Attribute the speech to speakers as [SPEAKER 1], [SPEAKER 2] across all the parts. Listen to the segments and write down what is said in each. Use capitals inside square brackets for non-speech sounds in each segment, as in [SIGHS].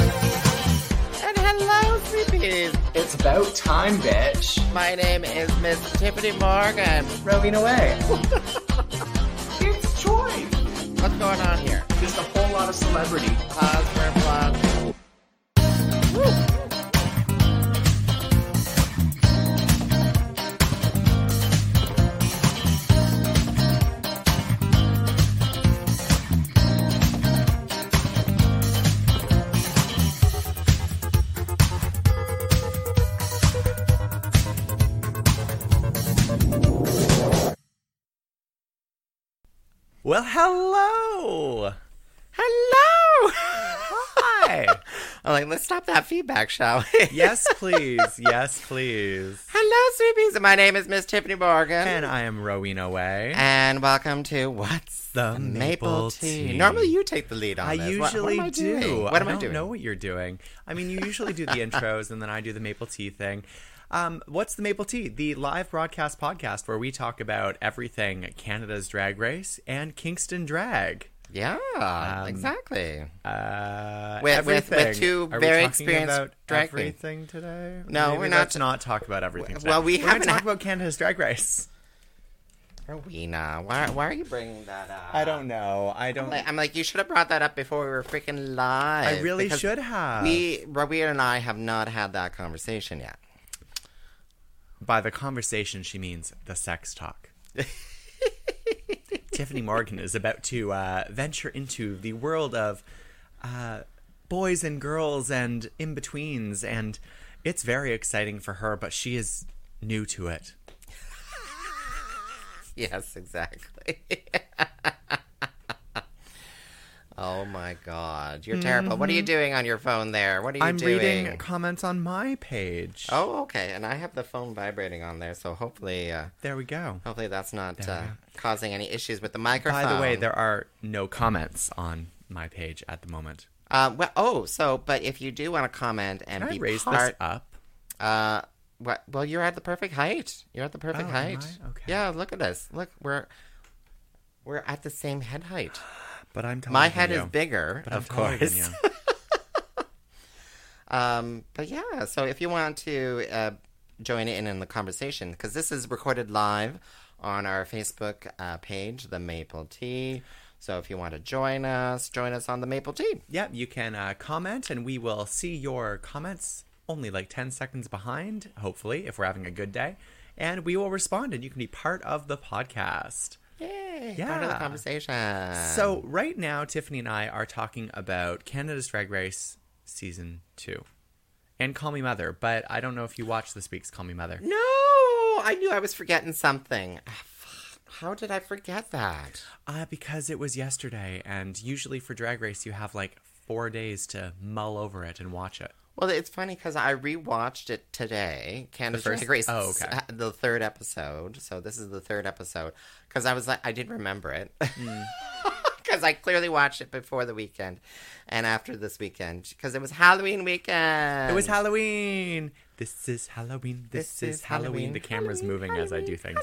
[SPEAKER 1] And hello, sleepies.
[SPEAKER 2] It's about time, bitch.
[SPEAKER 1] My name is Miss Tiffany Morgan.
[SPEAKER 2] Rowing away. it's Troy.
[SPEAKER 1] What's going on here?
[SPEAKER 2] Just a whole lot of celebrity.
[SPEAKER 1] Pause for a vlog.
[SPEAKER 3] Well, hello.
[SPEAKER 1] Hello.
[SPEAKER 3] [LAUGHS] Hi.
[SPEAKER 1] I'm like, let's stop that feedback, shall
[SPEAKER 3] [LAUGHS]
[SPEAKER 1] we?
[SPEAKER 3] yes, please. Yes, please.
[SPEAKER 1] Hello, sleepies. My name is Miss Tiffany Morgan.
[SPEAKER 3] And I am rowing away.
[SPEAKER 1] And welcome to What's
[SPEAKER 3] The
[SPEAKER 1] the
[SPEAKER 3] Maple Tea.
[SPEAKER 1] Normally you take the lead on
[SPEAKER 3] I
[SPEAKER 1] this. What-
[SPEAKER 3] usually
[SPEAKER 1] what, am I
[SPEAKER 3] do.
[SPEAKER 1] Doing? What
[SPEAKER 3] I
[SPEAKER 1] am I,
[SPEAKER 3] don't
[SPEAKER 1] doing?
[SPEAKER 3] know what you're doing. I mean, you usually do the intros, and then I do the maple tea thing. Um, what's the maple tea? The live broadcast podcast where we talk about everything Canada's drag race and Kingston drag.
[SPEAKER 1] Yeah,
[SPEAKER 3] Um,
[SPEAKER 1] exactly.
[SPEAKER 3] Uh,
[SPEAKER 1] With- with- with
[SPEAKER 3] everything.
[SPEAKER 1] two
[SPEAKER 3] Are we
[SPEAKER 1] very
[SPEAKER 3] talking
[SPEAKER 1] experienced
[SPEAKER 3] about
[SPEAKER 1] drag queens.
[SPEAKER 3] everything today.
[SPEAKER 1] No,
[SPEAKER 3] Maybe
[SPEAKER 1] we're not
[SPEAKER 3] Let's
[SPEAKER 1] t-
[SPEAKER 3] not talk about everything. Today.
[SPEAKER 1] well, we
[SPEAKER 3] We're gonna
[SPEAKER 1] haven't
[SPEAKER 3] talk
[SPEAKER 1] ha-
[SPEAKER 3] about Canada's Drag Race.
[SPEAKER 1] Rowena, why, why are you bringing that up?
[SPEAKER 3] I don't know. I don't.
[SPEAKER 1] Like, I'm like, you should have brought that up before we were freaking live.
[SPEAKER 3] I really
[SPEAKER 1] because
[SPEAKER 3] should have.
[SPEAKER 1] We, Rowena and I, have not had that conversation yet. [LAUGHS]
[SPEAKER 3] By the conversation, she means the sex talk. Tiffany Morgan is about to uh, venture into the world of uh, boys and girls and in betweens, and it's very exciting for her, but she is new to it.
[SPEAKER 1] Yes, exactly. [LAUGHS] oh my God, you're terrible. What are you doing on your phone there? What are you
[SPEAKER 3] Mm-hmm. I'm
[SPEAKER 1] doing?
[SPEAKER 3] reading comments on my page.
[SPEAKER 1] Oh, okay. And I have the phone vibrating on there, so hopefully, uh,
[SPEAKER 3] There we go.
[SPEAKER 1] hopefully that's not uh, causing any issues with the microphone.
[SPEAKER 3] By the way, there are no comments on my page at the moment.
[SPEAKER 1] Uh, well, oh, so but if you do want to comment and
[SPEAKER 3] Can I
[SPEAKER 1] be
[SPEAKER 3] raise
[SPEAKER 1] part,
[SPEAKER 3] this up?
[SPEAKER 1] Uh, what, well, you're at the perfect height. You're at the perfect
[SPEAKER 3] Oh, am
[SPEAKER 1] height.
[SPEAKER 3] I? Okay.
[SPEAKER 1] Yeah, look at us. Look, we're we're at the same head height.
[SPEAKER 3] But I'm taller
[SPEAKER 1] My
[SPEAKER 3] than
[SPEAKER 1] head is
[SPEAKER 3] you.
[SPEAKER 1] bigger,
[SPEAKER 3] But I'm
[SPEAKER 1] of
[SPEAKER 3] taller than
[SPEAKER 1] course.
[SPEAKER 3] you.
[SPEAKER 1] Um, but yeah, so if you want to uh, join in in the conversation, because this is recorded live on our Facebook uh, page, The Maple Tea. So if you want to join us, join us on The Maple Tea.
[SPEAKER 3] [LAUGHS] Yep, you can uh, comment and we will see your comments only like 10 seconds behind, hopefully, if we're having a good day. And we will respond and you can be part of the podcast.
[SPEAKER 1] Yay! Part of the
[SPEAKER 3] Yeah.
[SPEAKER 1] conversation.
[SPEAKER 3] so, right now, Tiffany and I are talking about Canada's Drag Race Season 2 and Call Me Mother, but I don't know if you watched this week's Call Me Mother.
[SPEAKER 1] No, I knew I was forgetting something. Ah, fuck. How did I forget that?
[SPEAKER 3] Uh, because it was yesterday, and usually for Drag Race, you have like four days to mull over it and watch it.
[SPEAKER 1] Well, it's funny because I rewatched it today. Candace
[SPEAKER 3] first-
[SPEAKER 1] Drag Race,
[SPEAKER 3] oh, okay.
[SPEAKER 1] uh, [LAUGHS] the third episode. So this is the third episode because I was like, I didn't remember it [LAUGHS] because I clearly watched it before the weekend and after this weekend because it was Halloween weekend.
[SPEAKER 3] It was Halloween. This is Halloween. This, is, Halloween. The camera's moving as I do things.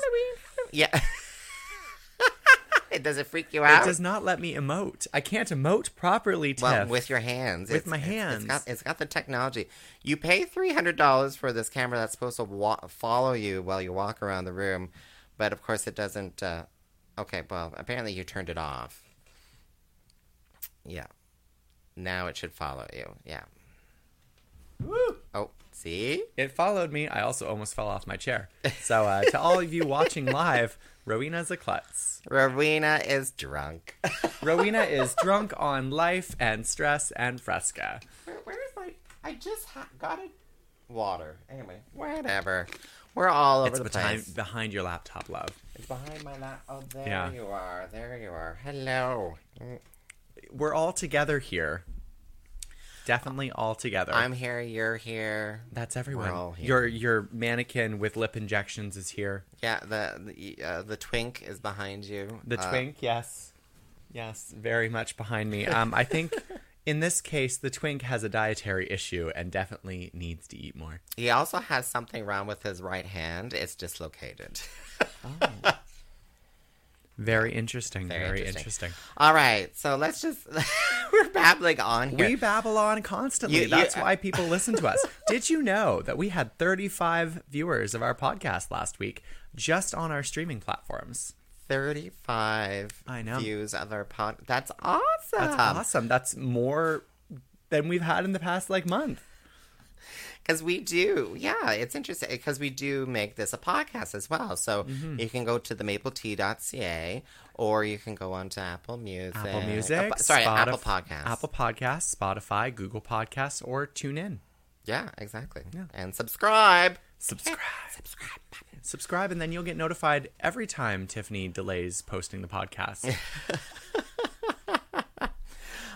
[SPEAKER 1] yeah. [LAUGHS] it does it freak you
[SPEAKER 3] It
[SPEAKER 1] out?
[SPEAKER 3] does not let me emote. I can't emote properly, Tiff.
[SPEAKER 1] Well, um, with your hands.
[SPEAKER 3] With my
[SPEAKER 1] It's
[SPEAKER 3] hands.
[SPEAKER 1] got, it's got the technology. You pay $300 for this camera that's supposed to wa- follow you while you walk around the room, but of course it doesn't. Uh, okay, well, apparently you turned it off. Yeah. Now it should follow you. Yeah.
[SPEAKER 3] Woo!
[SPEAKER 1] Oh, see?
[SPEAKER 3] It followed me. I also almost fell off my chair. So uh, to all of you watching live, Rowena's a klutz.
[SPEAKER 1] Rowena is drunk. [LAUGHS]
[SPEAKER 3] Rowena is drunk on life and stress and fresca.
[SPEAKER 1] Where, where is my. I just ha- got it. Water. Anyway, whatever. We're all over
[SPEAKER 3] It's
[SPEAKER 1] the
[SPEAKER 3] behind,
[SPEAKER 1] place.
[SPEAKER 3] behind your laptop, love.
[SPEAKER 1] It's behind my lap. Oh, there
[SPEAKER 3] Yeah.
[SPEAKER 1] you are. There you are. Hello.
[SPEAKER 3] We're all together here. definitely all together.
[SPEAKER 1] I'm here, you're here.
[SPEAKER 3] That's everyone.
[SPEAKER 1] all here.
[SPEAKER 3] Your your mannequin with lip injections is here.
[SPEAKER 1] Yeah, the the, uh, the twink is behind you.
[SPEAKER 3] The
[SPEAKER 1] Uh,
[SPEAKER 3] twink, yes, yes, very much behind me. Um, I
[SPEAKER 1] [LAUGHS]
[SPEAKER 3] think in this case, the twink has a dietary issue and definitely needs to eat more.
[SPEAKER 1] He also has something wrong with his right hand. It's dislocated. [LAUGHS]
[SPEAKER 3] Very interesting. Very,
[SPEAKER 1] Very
[SPEAKER 3] interesting.
[SPEAKER 1] interesting. All right, so let's just [LAUGHS] we're babbling on here.
[SPEAKER 3] We babble on constantly.
[SPEAKER 1] You- you-
[SPEAKER 3] That's why people listen
[SPEAKER 1] [LAUGHS]
[SPEAKER 3] to us. Did you know that we had 35 viewers of our podcast last week just on our streaming platforms?
[SPEAKER 1] 35
[SPEAKER 3] I know.
[SPEAKER 1] views of our pod. That's awesome.
[SPEAKER 3] That's
[SPEAKER 1] Ah.
[SPEAKER 3] Um, awesome. That's more than we've had in the past like month.
[SPEAKER 1] Because we do. Yeah, it's interesting because we do make this a podcast as well. So
[SPEAKER 3] Mm-hmm.
[SPEAKER 1] you can go to the mapletea.ca or you can go on to Apple Music.
[SPEAKER 3] Apple
[SPEAKER 1] Uh,
[SPEAKER 3] Music,
[SPEAKER 1] p- sorry,
[SPEAKER 3] Spotif-
[SPEAKER 1] Apple Podcasts.
[SPEAKER 3] Apple Podcasts, Spotify, Google Podcasts, or TuneIn.
[SPEAKER 1] Yeah, exactly. And subscribe.
[SPEAKER 3] Subscribe. Subscribe. Subscribe, and then you'll get notified every time Tiffany delays posting the podcast.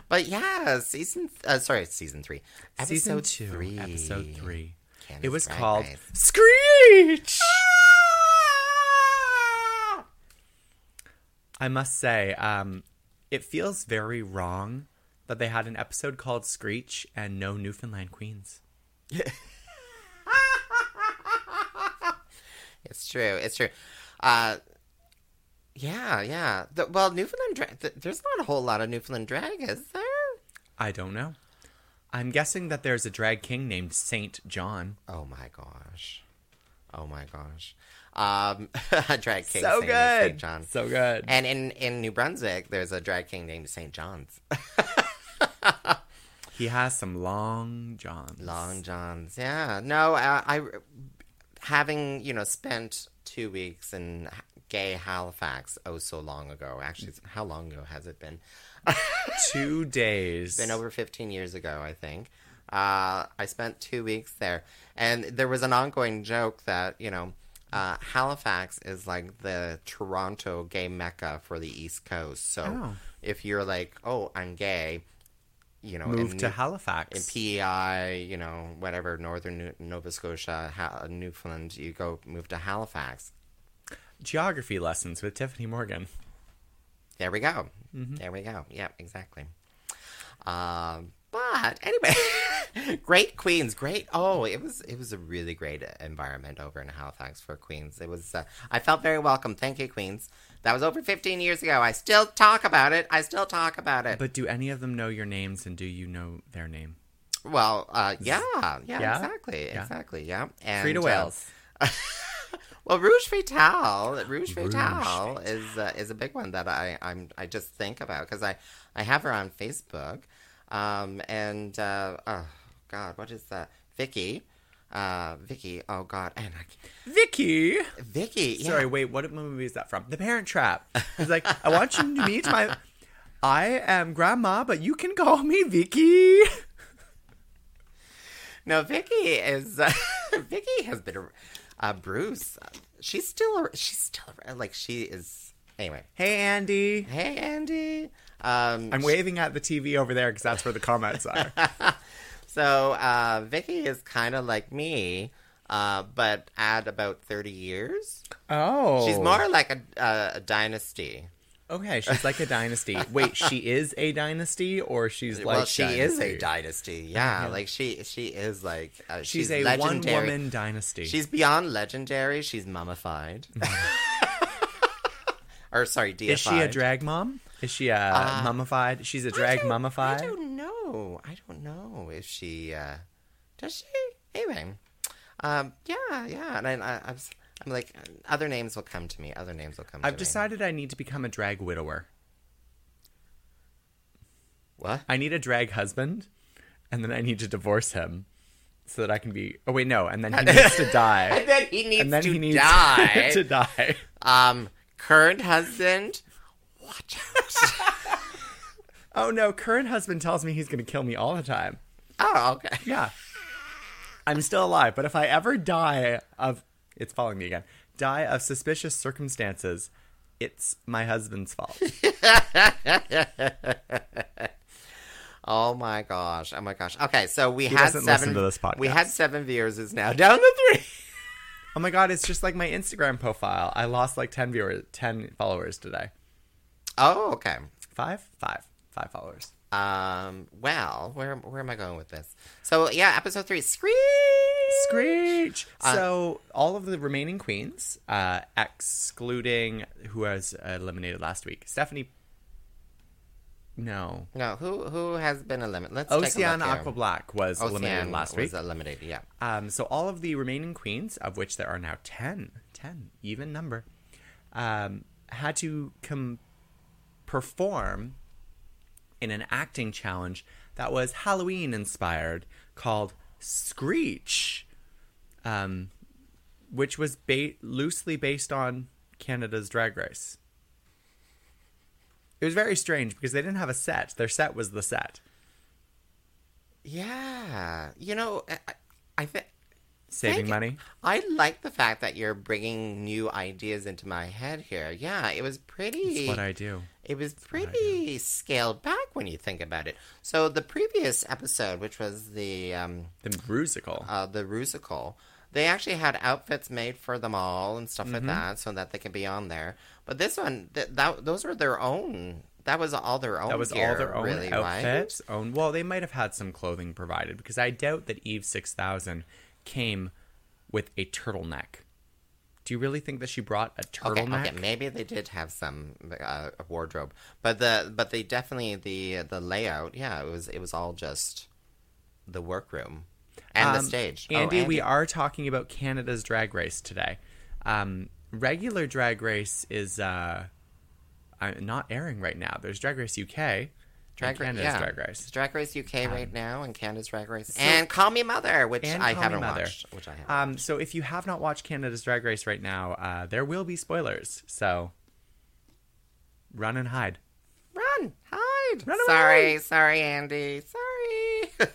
[SPEAKER 1] But yeah, season. Th- uh, sorry, season three.
[SPEAKER 3] Season
[SPEAKER 1] Episode
[SPEAKER 3] two,
[SPEAKER 1] three.
[SPEAKER 3] episode three.
[SPEAKER 1] Candace
[SPEAKER 3] it was
[SPEAKER 1] Drag
[SPEAKER 3] called
[SPEAKER 1] Race.
[SPEAKER 3] Screech. I must say, um, it feels very wrong that they had an episode called Screech and no Newfoundland Queens.
[SPEAKER 1] It's true. It's true. Uh, yeah, yeah. The, well, Newfoundland drag. Th- there's not a whole lot of Newfoundland drag, is there?
[SPEAKER 3] I don't know. I'm guessing that there's a drag king named Saint John.
[SPEAKER 1] Oh my gosh. Oh my gosh. Um, [LAUGHS] a drag king.
[SPEAKER 3] so
[SPEAKER 1] named St.
[SPEAKER 3] good.
[SPEAKER 1] John.
[SPEAKER 3] So good.
[SPEAKER 1] and in in New Brunswick, there's a drag king named St.
[SPEAKER 3] [LAUGHS]
[SPEAKER 1] John's.
[SPEAKER 3] he has some long johns.
[SPEAKER 1] Long John's. Yeah. No, I, I having you know spent two weeks in gay Halifax. Oh, so long ago. Actually, it's- how long ago has it been?
[SPEAKER 3] Two days.
[SPEAKER 1] been over 15 years ago, I think. Uh, I spent two weeks there, and there was an ongoing joke that you know, uh, Halifax is like the Toronto gay mecca for the East Coast. So
[SPEAKER 3] Oh.
[SPEAKER 1] if you're like, oh, I'm gay, you know,
[SPEAKER 3] Moved
[SPEAKER 1] in
[SPEAKER 3] to
[SPEAKER 1] New-
[SPEAKER 3] Halifax.
[SPEAKER 1] in PEI, you know, whatever, Northern New- Nova Scotia, ha- Newfoundland, you go move to Halifax.
[SPEAKER 3] Geography lessons with Tiffany Morgan.
[SPEAKER 1] There we go.
[SPEAKER 3] Mm-hmm.
[SPEAKER 1] There we go. Yeah, exactly. Um, but anyway, [LAUGHS] great Queens, great. Oh, it was it was a really great environment over in Halifax for Queens. It was. Uh, I felt very welcome. Thank you, Queens. That was over 15 years ago. I still talk about it. I still talk about it.
[SPEAKER 3] But do any of them know your names and do you know their name?
[SPEAKER 1] well, uh, yeah, yeah,
[SPEAKER 3] Yeah?
[SPEAKER 1] exactly,
[SPEAKER 3] Yeah.
[SPEAKER 1] exactly, yeah. And,
[SPEAKER 3] Frida
[SPEAKER 1] uh,
[SPEAKER 3] Wales.
[SPEAKER 1] Well, Rouge Fatal, Rouge
[SPEAKER 3] Rouge
[SPEAKER 1] Fatal is uh, is a big one that I I'm I just think about because I I have her on Facebook, um and uh, oh God, what is that? Vicky, uh, Vicky. Oh God, and I,
[SPEAKER 3] Vicky.
[SPEAKER 1] Vicky. Yeah.
[SPEAKER 3] Sorry, wait, what movie is that from? The Parent Trap. It's like, I want you to meet my. I am grandma, but you can call me Vicky.
[SPEAKER 1] No, Vicky is uh, [LAUGHS] Vicky has been a uh, Bruce. She's still a, she's still a, like she is. Anyway,
[SPEAKER 3] Hey, Andy.
[SPEAKER 1] hey Andy. Um,
[SPEAKER 3] I'm waving at the TV over there because that's where the
[SPEAKER 1] [LAUGHS]
[SPEAKER 3] comments are.
[SPEAKER 1] So uh, Vicky is kind of like me, uh, but at about thirty years,
[SPEAKER 3] Oh.
[SPEAKER 1] she's more like a, a, a dynasty.
[SPEAKER 3] Okay, she's like a dynasty. Wait, she is a dynasty or she's like.
[SPEAKER 1] well, she is a
[SPEAKER 3] dynasty?
[SPEAKER 1] dynasty. Yeah, like she she is like uh,
[SPEAKER 3] She's,
[SPEAKER 1] she's,
[SPEAKER 3] a
[SPEAKER 1] legendary.
[SPEAKER 3] one woman dynasty.
[SPEAKER 1] She's beyond legendary. She's mummified. [LAUGHS] or sorry, deified.
[SPEAKER 3] Mm-hmm. is she a drag mom? Is she a mummified? She's a drag
[SPEAKER 1] Uh, I don't-
[SPEAKER 3] mummified?
[SPEAKER 1] I don't know. I don't know if she uh, does she. Anyway, um, yeah, yeah, and I, I, I'm, s- I'm like, other names will come to me. Other names will come.
[SPEAKER 3] I've
[SPEAKER 1] to
[SPEAKER 3] decided I need to become a drag widower.
[SPEAKER 1] Me. What? [LAUGHS]
[SPEAKER 3] I need a drag husband, and then I need to divorce him so that I can be. Oh wait, no, and then he needs
[SPEAKER 1] [LAUGHS]
[SPEAKER 3] to die,
[SPEAKER 1] And then he needs
[SPEAKER 3] and then
[SPEAKER 1] to
[SPEAKER 3] he needs [LAUGHS]
[SPEAKER 1] die.
[SPEAKER 3] to die.
[SPEAKER 1] Um, current husband, watch out.
[SPEAKER 3] Oh no, current husband tells me he's going to kill me all the time.
[SPEAKER 1] oh, okay.
[SPEAKER 3] Yeah, I'm still alive, but if I ever die of, it's following me again. Die of suspicious circumstances,
[SPEAKER 1] [LAUGHS]
[SPEAKER 3] it's my husband's fault.
[SPEAKER 1] Oh my gosh! Oh my gosh! Okay, so we
[SPEAKER 3] He
[SPEAKER 1] had
[SPEAKER 3] doesn't
[SPEAKER 1] seven.
[SPEAKER 3] listen to this
[SPEAKER 1] We
[SPEAKER 3] podcast.
[SPEAKER 1] had seven viewers. Is now [LAUGHS] down to three.
[SPEAKER 3] Oh my god, it's just like my Instagram profile. I lost like 10 viewers, 10 followers today.
[SPEAKER 1] Oh, okay.
[SPEAKER 3] Five? Five. Five followers.
[SPEAKER 1] Um. Well, where where am I going with this? So yeah, episode three. Scream.
[SPEAKER 3] Screech! so, Uh, all of the remaining queens, uh, excluding who was eliminated last week, Stephanie. No.
[SPEAKER 1] No, who who has been eliminated? Let's take a
[SPEAKER 3] Oceana
[SPEAKER 1] look here.
[SPEAKER 3] Aqua Black was eliminated
[SPEAKER 1] Ocean
[SPEAKER 3] last
[SPEAKER 1] was
[SPEAKER 3] week.
[SPEAKER 1] eliminated. Yeah.
[SPEAKER 3] Um, so all of the remaining queens, of which there are now 10, 10, even number, um, had to com- perform in an acting challenge that was Halloween inspired called Screech, um, which was ba- loosely based on Canada's Drag Race. It was very strange because they didn't have a set. Their set was the set.
[SPEAKER 1] Yeah. You know, I, I- I think.
[SPEAKER 3] Saving
[SPEAKER 1] Thank-
[SPEAKER 3] money.
[SPEAKER 1] I like the fact that you're bringing new ideas into my head here. Yeah, it was pretty.
[SPEAKER 3] That's what I do.
[SPEAKER 1] It was pretty scaled back when you think about it. So the previous episode, which was the um,
[SPEAKER 3] The musical.
[SPEAKER 1] uh, the Rusical, they actually had outfits made for them all and stuff
[SPEAKER 3] Mm-hmm.
[SPEAKER 1] like that, so that they could be on there. But this one, th- that those were their own. That was all their own.
[SPEAKER 3] That was all
[SPEAKER 1] gear,
[SPEAKER 3] their own
[SPEAKER 1] really, right?
[SPEAKER 3] outfits. Own well, they might have had some clothing provided because I doubt that Eve six thousand came with a turtleneck. Do you really think that she brought a
[SPEAKER 1] Okay,
[SPEAKER 3] turtleneck?
[SPEAKER 1] okay, maybe they did have some uh, wardrobe, but the but they definitely the the layout. Yeah, it was it was all just the workroom and the
[SPEAKER 3] Um,
[SPEAKER 1] stage. Oh,
[SPEAKER 3] Andy, we are talking about Canada's Drag Race today. Um, regular Drag Race is uh, uh, not airing right now. There's Drag Race UK, and
[SPEAKER 1] Drag Ra-
[SPEAKER 3] Canada's
[SPEAKER 1] yeah.
[SPEAKER 3] Drag Race. Um,
[SPEAKER 1] It's Drag Race UK right now and Canada's Drag Race and Call Me Mother, which
[SPEAKER 3] and
[SPEAKER 1] I
[SPEAKER 3] Call Me
[SPEAKER 1] haven't
[SPEAKER 3] Mother.
[SPEAKER 1] watched. Which I haven't.
[SPEAKER 3] Um, so if you have not watched Canada's Drag Race right now, uh, there will be spoilers. So run and hide.
[SPEAKER 1] Run, hide.
[SPEAKER 3] Run away.
[SPEAKER 1] sorry, sorry, Andy. Sorry.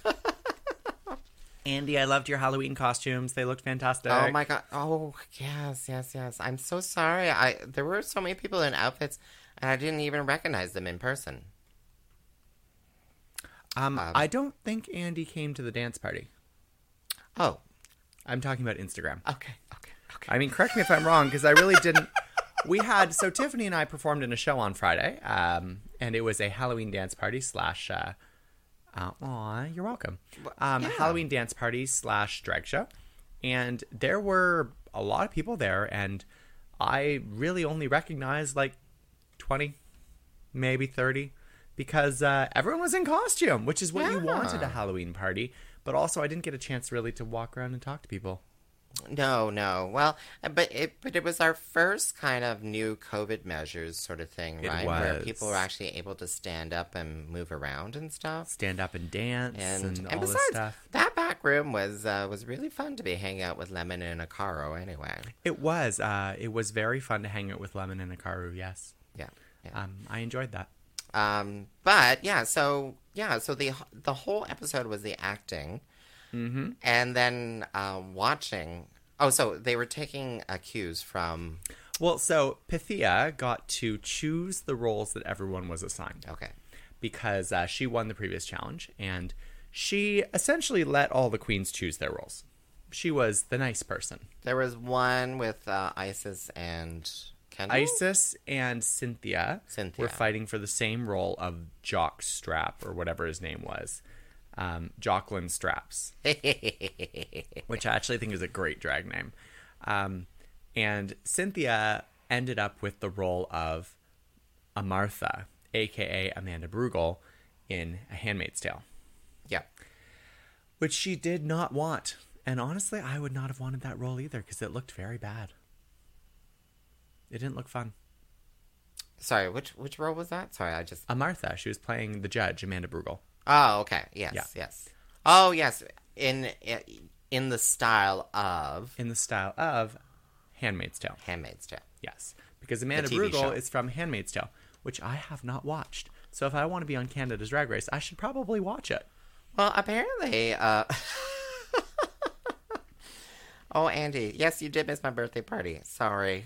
[SPEAKER 3] Andy, I loved your Halloween costumes. They looked fantastic.
[SPEAKER 1] oh my god. Oh yes, yes, yes. I'm so sorry. I there were so many people in outfits, and I didn't even recognize them in person.
[SPEAKER 3] Um, I don't think Andy came to the dance party.
[SPEAKER 1] Oh,
[SPEAKER 3] I'm talking about Instagram.
[SPEAKER 1] okay, okay, okay.
[SPEAKER 3] I mean, correct me if I'm wrong, because I really didn't. [LAUGHS] We had so Tiffany and I performed in a show on Friday, um, and it was a Halloween dance party slash. Uh, uh, aw, you're welcome. Um, Halloween dance party slash drag show, and there were a lot of people there, and I really only recognized like twenty, maybe thirty, because uh, everyone was in costume, which is what you wanted a Halloween party. But also, I didn't get a chance really to walk around and talk to people.
[SPEAKER 1] No, no. Well, but it but it was our first kind of new COVID measures sort of thing,
[SPEAKER 3] It
[SPEAKER 1] right? Where
[SPEAKER 3] was.
[SPEAKER 1] people were actually able to stand up and move around and stuff.
[SPEAKER 3] stand up and dance
[SPEAKER 1] And,
[SPEAKER 3] and,
[SPEAKER 1] and,
[SPEAKER 3] all
[SPEAKER 1] besides,
[SPEAKER 3] this stuff.
[SPEAKER 1] that back room was uh, was really fun to be hanging out with Lemon and Akaro. Anyway,
[SPEAKER 3] It was uh, it was very fun to hang out with Lemon and Akaru. Yes,
[SPEAKER 1] yeah. yeah.
[SPEAKER 3] um, I enjoyed that.
[SPEAKER 1] Um, but yeah, so yeah, so the the whole episode was the acting, mm-hmm. and then uh, watching. Oh, so they were taking uh, cues from.
[SPEAKER 3] Well, so Pythia got to choose the roles that everyone was assigned
[SPEAKER 1] Okay.
[SPEAKER 3] because uh, she won the previous challenge, and she essentially let all the queens choose their roles. She was the nice person.
[SPEAKER 1] There was one with uh, Isis and Kendall.
[SPEAKER 3] Isis and Cynthia,
[SPEAKER 1] Cynthia.
[SPEAKER 3] were fighting for the same role of Jock Strap or whatever his name was, um, Jocelyn Straps. which I actually think is a great drag name. Um, and Cynthia ended up with the role of a Martha, aka Amanda Brugel, in A Handmaid's Tale,
[SPEAKER 1] [LAUGHS] Yeah.
[SPEAKER 3] which she did not want. And honestly, I would not have wanted that role either because it looked very bad. It didn't look fun.
[SPEAKER 1] Sorry, which which role was that? Sorry, I just.
[SPEAKER 3] A Martha, she was playing the judge, Amanda Brugel.
[SPEAKER 1] Oh, okay. Yes,
[SPEAKER 3] Yeah.
[SPEAKER 1] yes. Oh, yes. In in the style of
[SPEAKER 3] in the style of Handmaid's Tale.
[SPEAKER 1] Handmaid's Tale.
[SPEAKER 3] Yes, because Amanda
[SPEAKER 1] TV
[SPEAKER 3] Brugel
[SPEAKER 1] show.
[SPEAKER 3] is from Handmaid's Tale, which I have not watched. So if I want to be on Canada's Drag Race, I should probably watch it.
[SPEAKER 1] Well, apparently. Uh... [LAUGHS] oh, Andy. Yes, you did miss my birthday party. Sorry.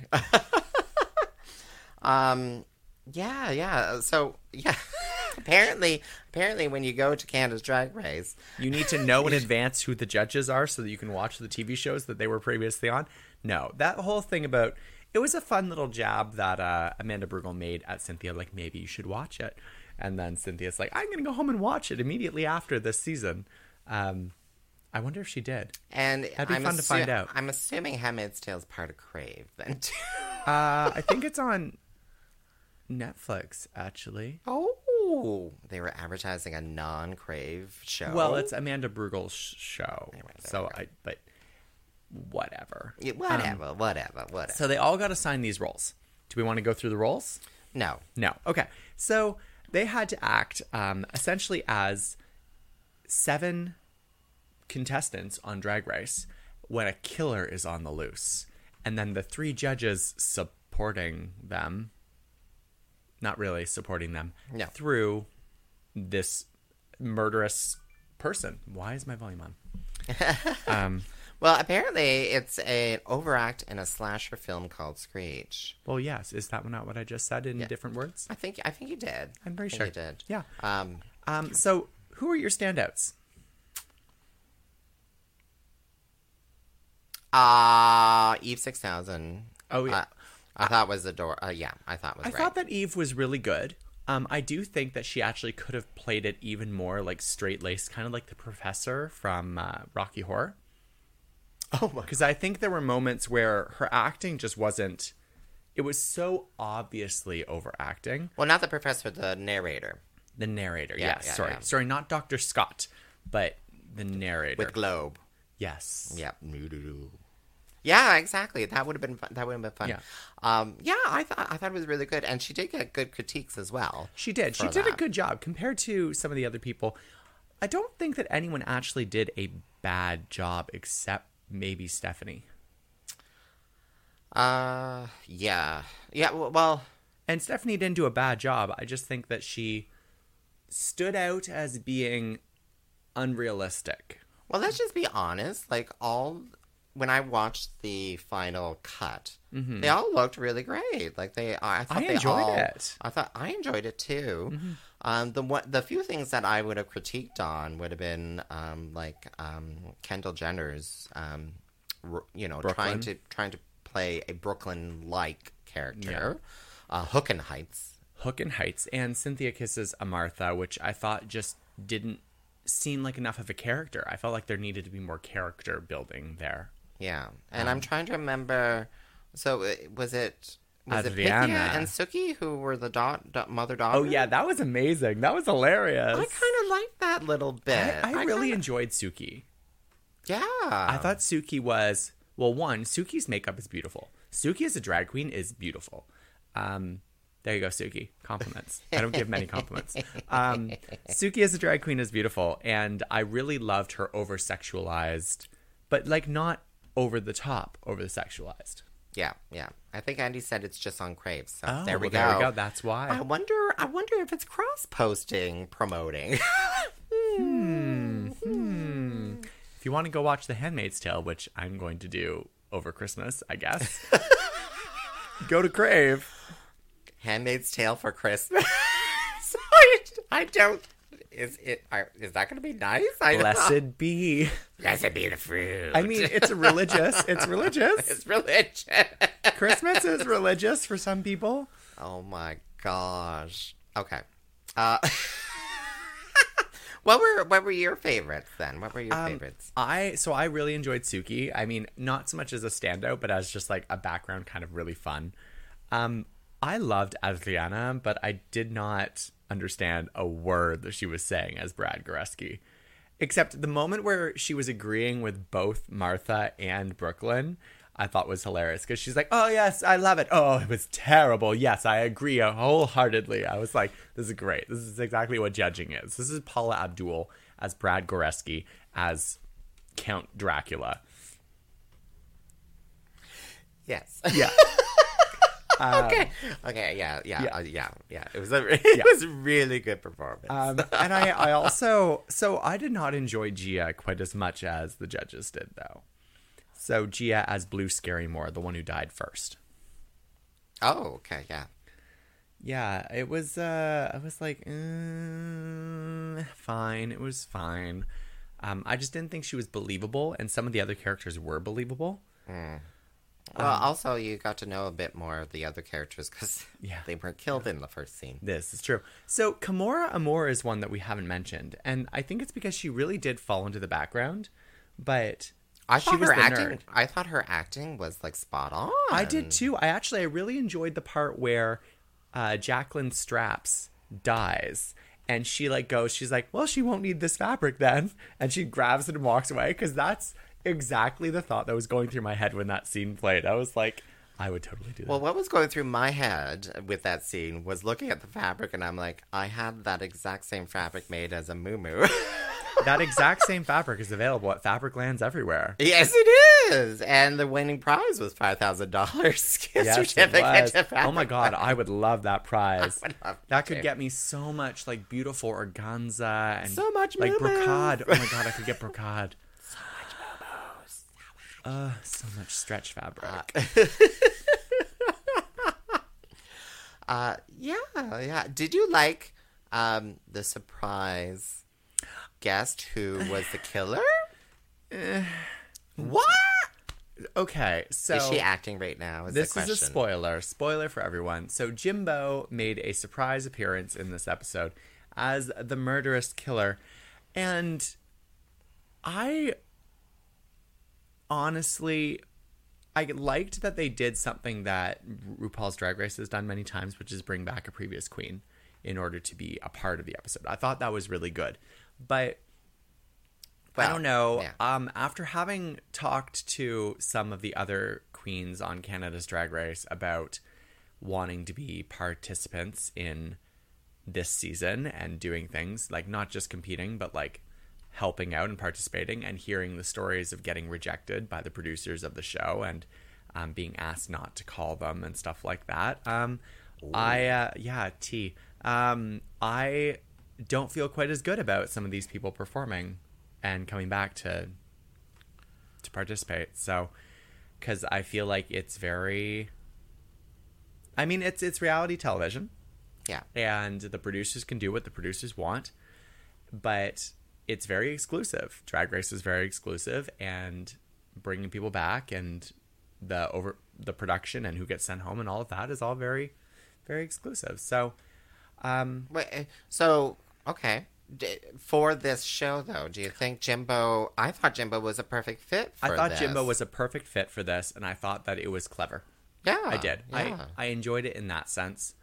[SPEAKER 1] [LAUGHS] um. Yeah. [LAUGHS] Yeah. So yeah. apparently, apparently, when you go to Canada's Drag Race,
[SPEAKER 3] You need to know in advance who the judges are so that you can watch the TV shows that they were previously on. No, that whole thing about it was a fun little jab that uh, Amanda Brugel made at Cynthia, like maybe you should watch it, and then Cynthia's like, I'm gonna go home and watch it immediately after this season. Um, I wonder if she did.
[SPEAKER 1] and
[SPEAKER 3] be
[SPEAKER 1] I'm
[SPEAKER 3] fun to find out.
[SPEAKER 1] I'm assuming Handmaid's Tale is part of Crave then. Too. [LAUGHS]
[SPEAKER 3] Uh, I think it's on Netflix actually.
[SPEAKER 1] oh, they were advertising a non-Crave show.
[SPEAKER 3] Well, it's Amanda Brugel's sh- show,
[SPEAKER 1] that's
[SPEAKER 3] so I but whatever. Um,
[SPEAKER 1] Yeah, whatever, whatever, whatever.
[SPEAKER 3] So they all got assigned these roles. Do we want to go through the roles?
[SPEAKER 1] no,
[SPEAKER 3] No. Okay. So they had to act um, essentially as seven contestants on Drag Race when a killer is on the loose. And then the three judges supporting them, not really supporting them,
[SPEAKER 1] No.
[SPEAKER 3] through this murderous person. Why is my volume on?
[SPEAKER 1] well, apparently it's an overact in a slasher film called Screech.
[SPEAKER 3] Well, yes. Is that not what I just said in different words?
[SPEAKER 1] I think I think you did.
[SPEAKER 3] I'm pretty
[SPEAKER 1] I think
[SPEAKER 3] sure.
[SPEAKER 1] you did.
[SPEAKER 3] Yeah.
[SPEAKER 1] Um,
[SPEAKER 3] Um, so, who are your standouts?
[SPEAKER 1] Uh Eve six thousand.
[SPEAKER 3] Oh, yeah.
[SPEAKER 1] Uh, I thought was the door. Uh, yeah, I thought was
[SPEAKER 3] I
[SPEAKER 1] right.
[SPEAKER 3] thought that Eve was really good. Um, I do think that she actually could have played it even more like straight laced, kind of like the professor from uh,
[SPEAKER 1] [LAUGHS]
[SPEAKER 3] Rocky Horror. Oh my! Because I think there were moments where her acting just wasn't. It was so obviously overacting.
[SPEAKER 1] well, not the professor, the narrator
[SPEAKER 3] The narrator,
[SPEAKER 1] Yeah,
[SPEAKER 3] yes,
[SPEAKER 1] yeah,
[SPEAKER 3] sorry,
[SPEAKER 1] yeah.
[SPEAKER 3] sorry, not Doctor Scott, but the narrator.
[SPEAKER 1] with globe.
[SPEAKER 3] yes, [LAUGHS]
[SPEAKER 1] Yeah. Yeah, exactly. That would have been fun. that would have been fun.
[SPEAKER 3] Yeah.
[SPEAKER 1] Um, yeah, I thought I thought it was really good, and she did get good critiques as well.
[SPEAKER 3] She did. She
[SPEAKER 1] for
[SPEAKER 3] did a
[SPEAKER 1] that.
[SPEAKER 3] good job compared to some of the other people. I don't think that anyone actually did a bad job except maybe Stephanie.
[SPEAKER 1] Uh, yeah, yeah. w- Well,
[SPEAKER 3] And Stephanie didn't do a bad job. I just think that she stood out as being unrealistic.
[SPEAKER 1] well, let's just be honest. Like all, when I watched the final cut, they all looked really great. Like they, I thought
[SPEAKER 3] Mm-hmm. I
[SPEAKER 1] they
[SPEAKER 3] enjoyed
[SPEAKER 1] all-
[SPEAKER 3] it. Mm-hmm.
[SPEAKER 1] I thought I enjoyed it too. Um, the one, the few things that I would have critiqued on would have been um, like um, Kendall Jenner's, um, r- you know, trying
[SPEAKER 3] Brooklyn.
[SPEAKER 1] to trying to play a Brooklyn-like character, uh, Hook and Heights.
[SPEAKER 3] Hook and Heights and Cynthia Kisses Amartha, which I thought just didn't seem like enough of a character. I felt like there needed to be more character building there.
[SPEAKER 1] Yeah, and
[SPEAKER 3] Um,
[SPEAKER 1] I'm trying to remember. So uh, was it was it Pythia
[SPEAKER 3] Adriana.
[SPEAKER 1] and Suki who were the da- da- mother daughter?
[SPEAKER 3] Oh yeah, that was amazing. That was hilarious.
[SPEAKER 1] I kind of like that little bit.
[SPEAKER 3] I, I really
[SPEAKER 1] kinda-
[SPEAKER 3] enjoyed Suki.
[SPEAKER 1] yeah.
[SPEAKER 3] I thought Suki was well. One, Suki's makeup is beautiful. Suki as a drag queen is beautiful. Um, there you go, Suki. Compliments. I don't give many compliments. Um, Suki as a drag queen is beautiful, and I really loved her over sexualized, but like not over the top, over the sexualized.
[SPEAKER 1] yeah, yeah. I think Andy said it's just on Crave. So
[SPEAKER 3] Oh,
[SPEAKER 1] there we
[SPEAKER 3] well,
[SPEAKER 1] go.
[SPEAKER 3] There we go. That's why.
[SPEAKER 1] I wonder. I wonder if it's cross posting promoting. [LAUGHS]
[SPEAKER 3] if you want to go watch The Handmaid's Tale, which I'm going to do over Christmas, I [LAUGHS] guess. go to Crave.
[SPEAKER 1] Handmaid's Tale for Christmas. [LAUGHS] so I, I don't. Is it? Are, is that going to be nice? I don't-
[SPEAKER 3] Blessed be.
[SPEAKER 1] Blessed be the fruit.
[SPEAKER 3] I [LAUGHS] mean, it's religious. It's religious.
[SPEAKER 1] it's religion.
[SPEAKER 3] [LAUGHS] Christmas is religious for some people.
[SPEAKER 1] Oh my gosh. Okay. Uh, [LAUGHS] what were what were your favorites then? What were your
[SPEAKER 3] Um,
[SPEAKER 1] favorites?
[SPEAKER 3] I so I really enjoyed Suki. I mean, not so much as a standout, but as just like a background kind of really fun. Um I loved Adriana, but I did not understand a word that she was saying as Brad Goreski. Except the moment where she was agreeing with both Martha and Brooklyn, I thought was hilarious because she's like, "Oh yes, I love it. Oh, it was terrible. Yes, I agree wholeheartedly." I was like, "This is great. This is exactly what judging is. This is Paula Abdul as Brad Goreski as Count Dracula."
[SPEAKER 1] Yes. [LAUGHS]
[SPEAKER 3] Yeah, Um,
[SPEAKER 1] okay. Okay. Yeah. Yeah.
[SPEAKER 3] yeah.
[SPEAKER 1] Yeah. Uh, yeah. Yeah. It was a [LAUGHS] it
[SPEAKER 3] Yeah.
[SPEAKER 1] was a really good performance.
[SPEAKER 3] [LAUGHS] um, and I, I also so I did not enjoy Gia quite as much as the judges did, though. So Gia as Blue Scary Moore, the one who died first.
[SPEAKER 1] oh. Okay. Yeah.
[SPEAKER 3] Yeah, it was. Uh, I was like, mm, fine. It was fine. Um, I just didn't think she was believable, and some of the other characters were believable.
[SPEAKER 1] Well,
[SPEAKER 3] um,
[SPEAKER 1] also you got to know a bit more of the other characters because
[SPEAKER 3] Yeah.
[SPEAKER 1] they were killed in the first scene.
[SPEAKER 3] This is true. So Kimora Amor is one that we haven't mentioned, and I think it's because she really did fall into the background, but
[SPEAKER 1] I
[SPEAKER 3] she
[SPEAKER 1] thought
[SPEAKER 3] was
[SPEAKER 1] her
[SPEAKER 3] the
[SPEAKER 1] acting.
[SPEAKER 3] nerd.
[SPEAKER 1] I thought her acting was like spot on.
[SPEAKER 3] I did too. I actually I really enjoyed the part where uh, Jacqueline Straps dies. And she like goes, she's like, well, she won't need this fabric then. And she grabs it and walks away because that's exactly the thought that was going through my head when that scene played. I was like, I would totally do that.
[SPEAKER 1] Well, what was going through my head with that scene was looking at the fabric, and I'm like, I had that exact same fabric made as a muumuu.
[SPEAKER 3] that exact same fabric is available at Fabric Lands everywhere.
[SPEAKER 1] [LAUGHS] yes, it is. And the winning prize was five thousand dollars. [LAUGHS]
[SPEAKER 3] [LAUGHS] Yes, it was. Oh my god, I would love that prize.
[SPEAKER 1] would love
[SPEAKER 3] that
[SPEAKER 1] that
[SPEAKER 3] could
[SPEAKER 1] too.
[SPEAKER 3] get me so much like beautiful organza and
[SPEAKER 1] So much
[SPEAKER 3] like
[SPEAKER 1] moo-moos.
[SPEAKER 3] brocade. Oh my god, I
[SPEAKER 1] [LAUGHS]
[SPEAKER 3] could get brocade. so much uh, so much stretch fabric.
[SPEAKER 1] Uh,
[SPEAKER 3] Oh.
[SPEAKER 1] yeah, yeah. Did you like um, the surprise guest who was the killer? [LAUGHS] what
[SPEAKER 3] okay, so
[SPEAKER 1] is she acting right now? Is
[SPEAKER 3] this
[SPEAKER 1] the
[SPEAKER 3] is
[SPEAKER 1] question.
[SPEAKER 3] a spoiler. Spoiler for everyone. So Jimbo made a surprise appearance in this episode as the murderous killer, and I honestly I liked that they did something that RuPaul's Drag Race has done many times, which is bring back a previous queen in order to be a part of the episode. I thought that was really good, but I
[SPEAKER 1] Well,
[SPEAKER 3] don't know.
[SPEAKER 1] yeah.
[SPEAKER 3] Um, after having talked to some of the other queens on Canada's Drag Race about wanting to be participants in this season and doing things like not just competing, but like helping out and participating, and hearing the stories of getting rejected by the producers of the show and um, being asked not to call them and stuff like that. Um, I uh, yeah, T. Um, I don't feel quite as good about some of these people performing and coming back to to participate. So, because I feel like it's very, I mean, it's it's reality television,
[SPEAKER 1] Yeah.
[SPEAKER 3] and the producers can do what the producers want, but it's very exclusive. Drag Race is very exclusive, and bringing people back and the over the production and who gets sent home and all of that is all very, very exclusive. So,
[SPEAKER 1] Wait, uh, so okay. D- for this show, though, do you think Jimbo? I thought Jimbo was a perfect fit. for
[SPEAKER 3] I thought
[SPEAKER 1] this.
[SPEAKER 3] Jimbo was a perfect fit for this, and I thought that it was clever.
[SPEAKER 1] Yeah,
[SPEAKER 3] I did.
[SPEAKER 1] Ah, Yeah.
[SPEAKER 3] I, I enjoyed it in that sense.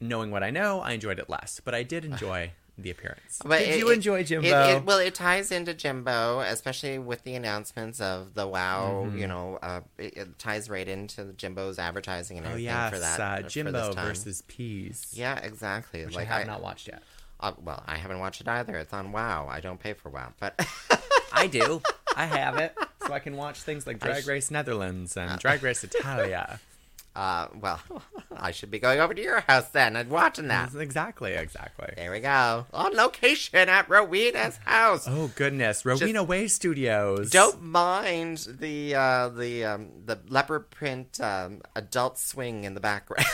[SPEAKER 3] Knowing what I know, I enjoyed it less, but
[SPEAKER 1] [SIGHS]
[SPEAKER 3] I did enjoy the appearance.
[SPEAKER 1] But
[SPEAKER 3] did
[SPEAKER 1] it-
[SPEAKER 3] you
[SPEAKER 1] it-
[SPEAKER 3] enjoy
[SPEAKER 1] it-
[SPEAKER 3] Jimbo?
[SPEAKER 1] it- well, it ties into Jimbo, especially with the announcements of the WoW.
[SPEAKER 3] Mm-hmm.
[SPEAKER 1] You know, uh, it, it ties right into the Jimbo's advertising and
[SPEAKER 3] oh
[SPEAKER 1] everything
[SPEAKER 3] yes,
[SPEAKER 1] for that. for
[SPEAKER 3] uh,
[SPEAKER 1] this
[SPEAKER 3] Jimbo
[SPEAKER 1] time.
[SPEAKER 3] versus Peas.
[SPEAKER 1] Yeah, exactly.
[SPEAKER 3] which
[SPEAKER 1] like
[SPEAKER 3] I have not watched yet.
[SPEAKER 1] uh, well, I haven't watched it either. It's on WoW. I don't pay for WoW, but [LAUGHS]
[SPEAKER 3] I do. I have it, so I Uh, can watch things like Drag Race Netherlands and Drag Race Italia.
[SPEAKER 1] uh, well, [LAUGHS] I should be going over to your house then and watching that.
[SPEAKER 3] exactly, exactly.
[SPEAKER 1] There we go. On location at Rowena's house.
[SPEAKER 3] Oh goodness, Rowena Way Studios.
[SPEAKER 1] Don't mind the uh, the um, the leopard print um, adult swing in the background.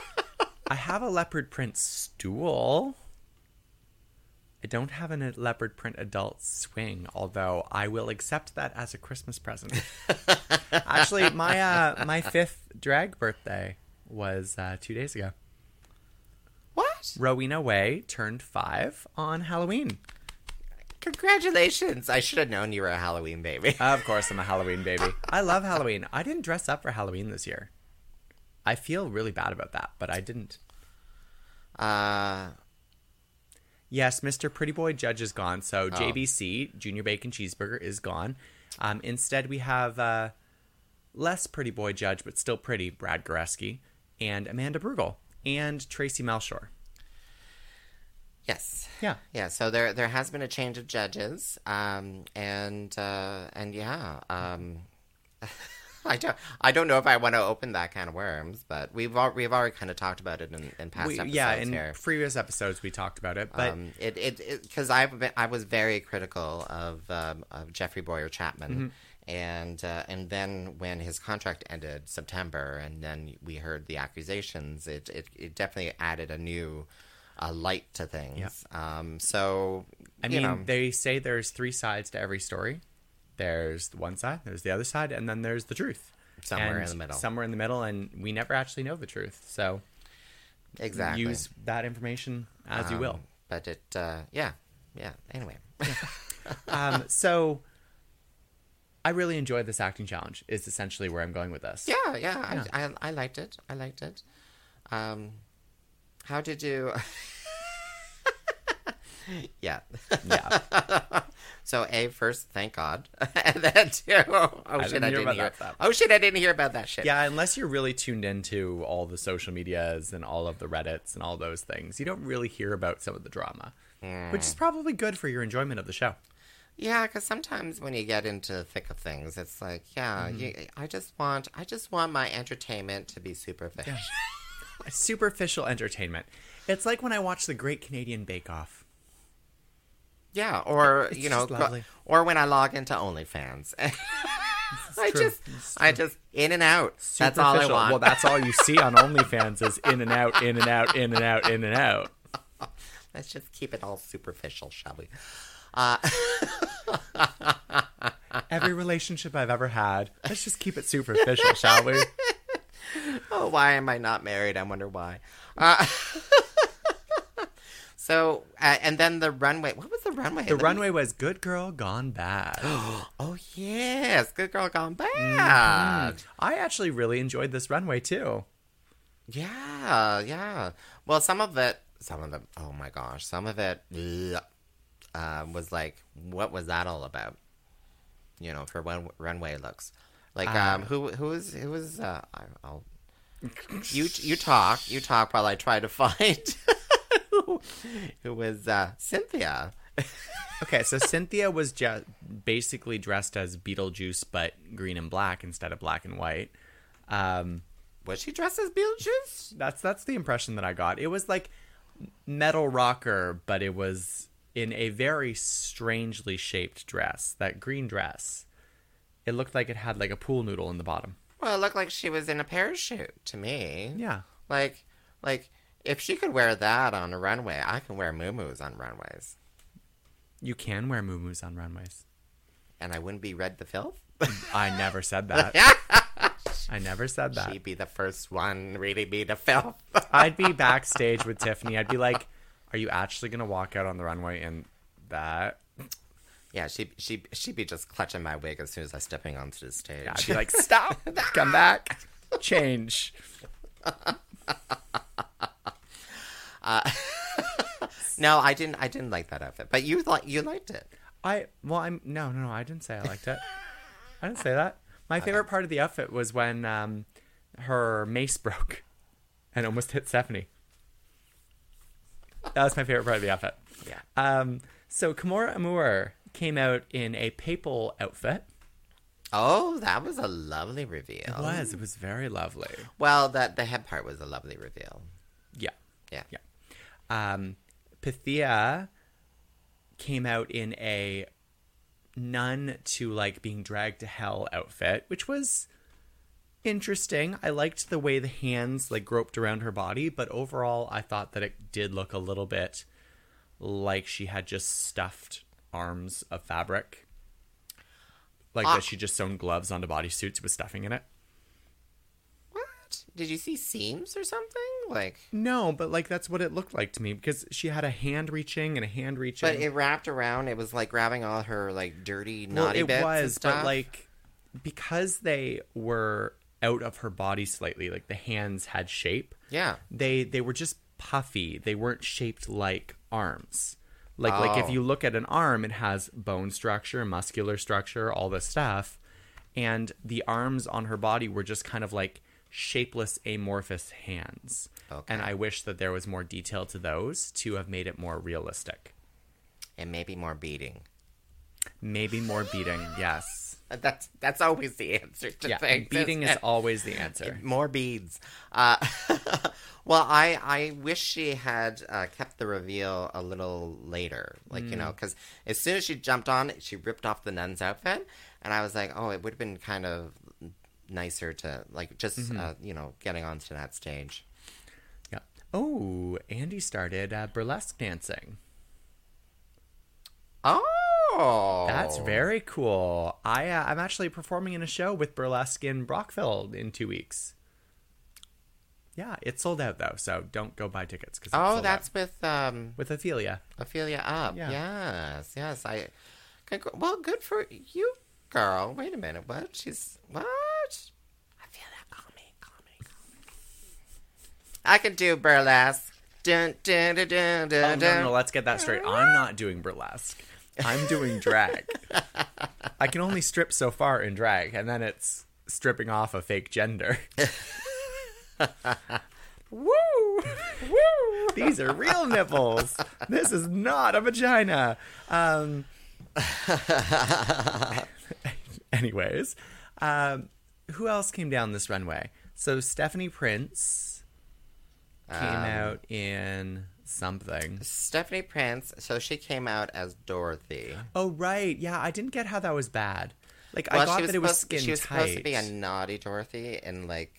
[SPEAKER 1] [LAUGHS]
[SPEAKER 3] I have a leopard print stool. I don't have a leopard print adult swing, although I will accept that as a Christmas present. [LAUGHS] Actually, my uh, my fifth drag birthday was uh, two days ago.
[SPEAKER 1] what?
[SPEAKER 3] Rowena Way turned five on Halloween.
[SPEAKER 1] Congratulations! I should have known you were a Halloween baby.
[SPEAKER 3] Of course, I'm a Halloween baby. I love Halloween. I didn't dress up for Halloween this year. I feel really bad about that, but I didn't.
[SPEAKER 1] [LAUGHS] Uh,
[SPEAKER 3] Yes, Mr. Pretty Boy Judge is gone.
[SPEAKER 1] Oh.
[SPEAKER 3] So JBC, Junior Bacon Cheeseburger, is gone. Um, instead, we have uh, less Pretty Boy Judge, but still pretty, Brad Goreski, and Amanda Brugel, and Tracy Melshore.
[SPEAKER 1] yes.
[SPEAKER 3] Yeah.
[SPEAKER 1] Yeah, so there there has been a change of judges, um, and uh, and yeah, um, [LAUGHS] I don't I don't know if I want to open that can of worms, but we've al- we've already kind of talked about it in, in past
[SPEAKER 3] We-
[SPEAKER 1] episodes
[SPEAKER 3] yeah, in
[SPEAKER 1] here.
[SPEAKER 3] previous episodes, we talked about it. But
[SPEAKER 1] um,
[SPEAKER 3] Mm-hmm.
[SPEAKER 1] it it because I've been, I was very critical of um, of Jeffrey Boyer Chapman and uh, and then when his contract ended September, and then we heard the accusations, it it, it definitely added a new uh, light to things. Um, so
[SPEAKER 3] I
[SPEAKER 1] you
[SPEAKER 3] mean,
[SPEAKER 1] know,
[SPEAKER 3] they say there's three sides to every story. There's the one side, there's the other side, and then there's the truth.
[SPEAKER 1] Somewhere in
[SPEAKER 3] And
[SPEAKER 1] the middle.
[SPEAKER 3] Somewhere in the middle, and we never actually know the truth. So
[SPEAKER 1] exactly
[SPEAKER 3] use that information as you will.
[SPEAKER 1] Um, but it uh, yeah yeah anyway
[SPEAKER 3] Um, so I really enjoyed this acting challenge. Is essentially where I'm going with this.
[SPEAKER 1] yeah yeah, I, I I liked it I liked it. Um, how did you? [LAUGHS] yeah.
[SPEAKER 3] yeah.
[SPEAKER 1] [LAUGHS] So a first, thank God, [LAUGHS] and then two, oh
[SPEAKER 3] didn't
[SPEAKER 1] shit, I
[SPEAKER 3] hear
[SPEAKER 1] didn't
[SPEAKER 3] about
[SPEAKER 1] hear.
[SPEAKER 3] that.
[SPEAKER 1] Oh shit, I didn't hear about that shit.
[SPEAKER 3] Yeah, unless you're really tuned into all the social medias and all of the Reddits and all those things, you don't really hear about some of the drama,
[SPEAKER 1] Hmm.
[SPEAKER 3] which is probably good for your enjoyment of the show.
[SPEAKER 1] Yeah, because sometimes when you get into the thick of things, it's like, yeah,
[SPEAKER 3] Mm-hmm.
[SPEAKER 1] you, I just want, I just want my entertainment to be superficial.
[SPEAKER 3] Superficial entertainment. It's like when I watch The Great Canadian Bake Off.
[SPEAKER 1] Yeah, or you know,
[SPEAKER 3] just
[SPEAKER 1] go-
[SPEAKER 3] lovely.
[SPEAKER 1] or when I log into OnlyFans, [LAUGHS] I
[SPEAKER 3] true.
[SPEAKER 1] just, I just in and out. That's all I
[SPEAKER 3] Superficial.
[SPEAKER 1] want.
[SPEAKER 3] Well, that's all you see on OnlyFans is in and out, in and out, in and out, in and out.
[SPEAKER 1] Let's just keep it all superficial, shall we?
[SPEAKER 3] Every relationship I've ever had, let's just keep it superficial, [LAUGHS] shall we?
[SPEAKER 1] Oh, why am I not married? I wonder why. Uh, [LAUGHS] so, uh, and then the runway. What was the runway?
[SPEAKER 3] The runway was Good Girl Gone [GASPS] Bad.
[SPEAKER 1] [GASPS] Oh yes, good girl gone
[SPEAKER 3] Mm-hmm.
[SPEAKER 1] bad.
[SPEAKER 3] I actually really enjoyed this runway too.
[SPEAKER 1] Yeah, yeah. Well, some of it, some of it. Oh my gosh, some of it bleh, uh, was like, what was that all about? You know, for one runway looks. Like, um, who who was who was? Uh, I, I'll you you talk you talk while I try to [LAUGHS] find who, who was uh, Cynthia.
[SPEAKER 3] Okay, so Cynthia was ju- basically dressed as Beetlejuice, but green and black instead of black and white. Um,
[SPEAKER 1] Was she dressed as Beetlejuice?
[SPEAKER 3] that's that's the impression that I got. It was like metal rocker, but it was in a very strangely shaped dress. That green dress. It looked like it had like a pool noodle in the bottom.
[SPEAKER 1] Well, it looked like she was in a parachute to me.
[SPEAKER 3] Yeah.
[SPEAKER 1] Like, like if she could wear that on a runway, I can wear muumuus on runways,
[SPEAKER 3] You can wear muumuus on runways.
[SPEAKER 1] and I wouldn't be red the filth. [LAUGHS]
[SPEAKER 3] I never said that. I never said that.
[SPEAKER 1] She'd be the first one, really be the filth. [LAUGHS]
[SPEAKER 3] I'd be backstage with Tiffany. I'd be like, "Are you actually gonna walk out on the runway in that?"
[SPEAKER 1] yeah, she she she'd be just clutching my wig as soon as I stepping onto the stage.
[SPEAKER 3] I'd be like, "Stop! Come back! Change."
[SPEAKER 1] [LAUGHS] no, I didn't. I didn't like that outfit, but you thought you liked it.
[SPEAKER 3] I well, I'm no, no, no. I didn't say I liked it. I didn't say that. My favorite part of the outfit was when um, her mace broke [LAUGHS] and almost hit Stephanie. That was my favorite part of the outfit.
[SPEAKER 1] Yeah.
[SPEAKER 3] Um, so Kimora Amour came out in a papal outfit.
[SPEAKER 1] Oh, that was a lovely reveal.
[SPEAKER 3] Was Oh, it was very lovely.
[SPEAKER 1] Well, that the head part was a lovely reveal.
[SPEAKER 3] Yeah.
[SPEAKER 1] Yeah.
[SPEAKER 3] Yeah. Um, Pythia came out in a nun to like being dragged to hell outfit, which was interesting. I liked the way the hands like groped around her body, but overall, I thought that it did look a little bit like she had just stuffed arms of fabric. Like
[SPEAKER 1] Ah.
[SPEAKER 3] that, she just sewn gloves onto bodysuits with stuffing in it.
[SPEAKER 1] What? Did you see seams or something? Like,
[SPEAKER 3] No, but like that's what it looked like to me because she had a hand reaching and a hand reaching.
[SPEAKER 1] but it wrapped around. It was like grabbing all her like dirty naughty
[SPEAKER 3] it
[SPEAKER 1] bits. and
[SPEAKER 3] was
[SPEAKER 1] stuff.
[SPEAKER 3] but like because they were out of her body slightly like the hands had shape
[SPEAKER 1] yeah,
[SPEAKER 3] they they were just puffy they weren't shaped like arms like like if
[SPEAKER 1] Oh.
[SPEAKER 3] you look at an arm it has bone structure muscular structure all this stuff and the arms on her body were just kind of like shapeless amorphous hands
[SPEAKER 1] Okay.
[SPEAKER 3] and i wish that there was more detail to those to have made it more realistic
[SPEAKER 1] and maybe more beating.
[SPEAKER 3] maybe more beating yes
[SPEAKER 1] That's that's always the answer to
[SPEAKER 3] Yeah,
[SPEAKER 1] things.
[SPEAKER 3] beating
[SPEAKER 1] isn't
[SPEAKER 3] is
[SPEAKER 1] it?
[SPEAKER 3] always the answer.
[SPEAKER 1] more beads. Uh, [LAUGHS] well, I I wish she had uh, kept the reveal a
[SPEAKER 3] Mm.
[SPEAKER 1] little later, like you know, because as soon as she jumped on, she ripped off the nun's outfit, and I was like, oh, it would have been kind of nicer to like just
[SPEAKER 3] Mm-hmm.
[SPEAKER 1] uh, you know getting onto that stage.
[SPEAKER 3] Yeah. Oh, Andy started uh, burlesque dancing.
[SPEAKER 1] Oh,
[SPEAKER 3] That's very cool. I uh, I'm actually performing in a show with burlesque in Brockville in two weeks. Yeah, it's sold out though, so don't go buy tickets because
[SPEAKER 1] Oh, that's with um
[SPEAKER 3] with Ophelia.
[SPEAKER 1] Ophelia up.
[SPEAKER 3] Yeah.
[SPEAKER 1] Yes, yes. I. Congr- well, good for you, girl. Wait a minute. What? She's what? I feel that. Call me. Call me. Call me. I can do burlesque. Dun, dun, dun, dun, dun,
[SPEAKER 3] Oh, no, no, no, let's get that straight. I'm not doing burlesque. I'm doing [LAUGHS] drag. I can only strip so far in drag, and then it's stripping off a fake gender. [LAUGHS] Woo! Woo! These are real nipples. This is not a vagina. Um, [LAUGHS] anyways, um, who else came down this runway? So Stephanie Prince came out in something.
[SPEAKER 1] Stephanie Prince. So she came out as Dorothy.
[SPEAKER 3] Oh right, yeah. I didn't get how that was bad. Like I
[SPEAKER 1] she
[SPEAKER 3] got that it was
[SPEAKER 1] supposed-
[SPEAKER 3] skin
[SPEAKER 1] She was
[SPEAKER 3] tight.
[SPEAKER 1] supposed to be a naughty Dorothy in like,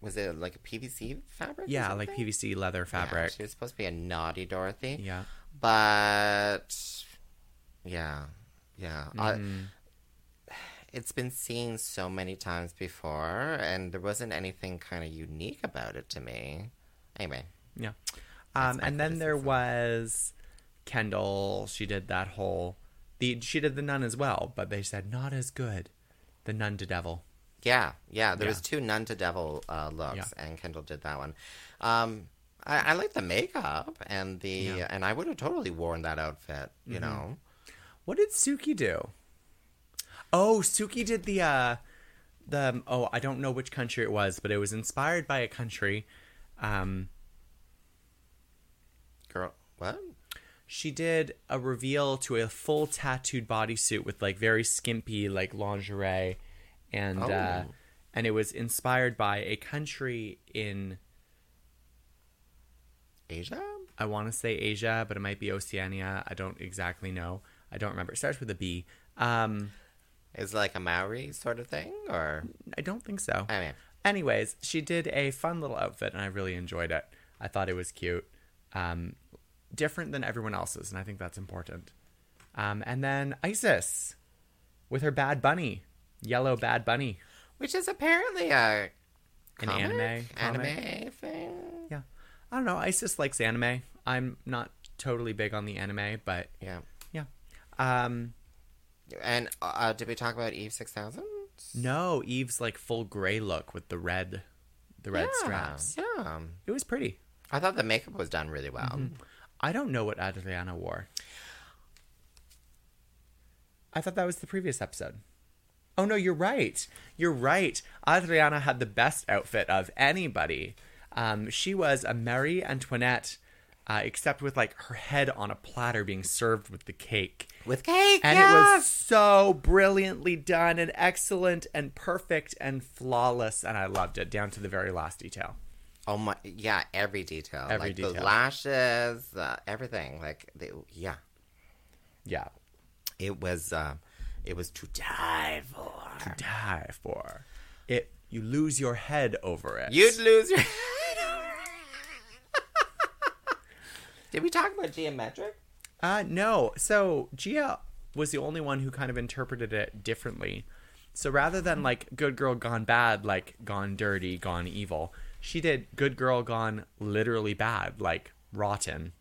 [SPEAKER 1] was it like a PVC fabric? or
[SPEAKER 3] yeah, like
[SPEAKER 1] something?
[SPEAKER 3] PVC leather
[SPEAKER 1] Yeah,
[SPEAKER 3] fabric.
[SPEAKER 1] she was supposed to be a naughty Dorothy.
[SPEAKER 3] Yeah.
[SPEAKER 1] But yeah, yeah. I, it's been seen so many times before, and there wasn't anything kind of unique about it to me. Anyway,
[SPEAKER 3] Yeah. Um,
[SPEAKER 1] my
[SPEAKER 3] and then there was Kendall. She did that whole. The she did the nun as well, but they said not as good. The nun to devil.
[SPEAKER 1] yeah, yeah. There was
[SPEAKER 3] Yeah.
[SPEAKER 1] two nun to devil uh, looks,
[SPEAKER 3] Yeah.
[SPEAKER 1] and Kendall did that one. Um, I, I like the makeup and the, and I would have totally worn that outfit. You know,
[SPEAKER 3] What did Suki do? Oh, Suki did the uh the oh, I don't know which country it was, but it was inspired by a country. Um
[SPEAKER 1] girl. What?
[SPEAKER 3] she did a reveal to a full tattooed bodysuit with like very skimpy like lingerie and uh
[SPEAKER 1] Oh.
[SPEAKER 3] and it was inspired by a country in
[SPEAKER 1] Asia?
[SPEAKER 3] I want to say Asia, but it might be Oceania. I don't exactly know. I don't remember. It starts with a B. Um
[SPEAKER 1] Is it like a Maori sort of thing, or
[SPEAKER 3] I don't think so.
[SPEAKER 1] I mean,
[SPEAKER 3] Anyways, she did a fun little outfit and I really enjoyed it. I thought it was cute. Um, different than everyone else's, and I think that's important. Um, and then Isis with her bad bunny, yellow bad bunny,
[SPEAKER 1] which is apparently a
[SPEAKER 3] an
[SPEAKER 1] comic?
[SPEAKER 3] anime. comic.
[SPEAKER 1] anime thing.
[SPEAKER 3] Yeah. I don't know. Isis likes anime. I'm not totally big on the anime, but
[SPEAKER 1] Yeah.
[SPEAKER 3] yeah. Um,
[SPEAKER 1] And uh, did we talk about Eve Six Thousand?
[SPEAKER 3] no, Eve's like full gray look with the red, the red straps.
[SPEAKER 1] Yeah.
[SPEAKER 3] It was pretty.
[SPEAKER 1] I thought the makeup was done really well.
[SPEAKER 3] Mm-hmm. I don't know what Adriana wore. I thought that was the previous episode. Oh no, you're right. You're right. Adriana had the best outfit of anybody. Um, she was a Marie Antoinette, uh, except with like her head on a platter being served with the cake.
[SPEAKER 1] With cake,
[SPEAKER 3] And
[SPEAKER 1] yes!
[SPEAKER 3] it was so brilliantly done and excellent and perfect and flawless. And I loved it down to the very last detail.
[SPEAKER 1] Oh my! Yeah, every detail,
[SPEAKER 3] Every
[SPEAKER 1] like the
[SPEAKER 3] detail.
[SPEAKER 1] lashes, uh, everything. Like, they, yeah,
[SPEAKER 3] Yeah.
[SPEAKER 1] it was. Uh, it was to die for.
[SPEAKER 3] die for. It you lose your head over it.
[SPEAKER 1] You'd lose your. [LAUGHS] Did we talk about geometric?
[SPEAKER 3] uh no. So Gia was the only one who kind of interpreted it differently. So rather than like good girl gone bad, like gone dirty, gone evil, she did good girl gone literally bad, like rotten.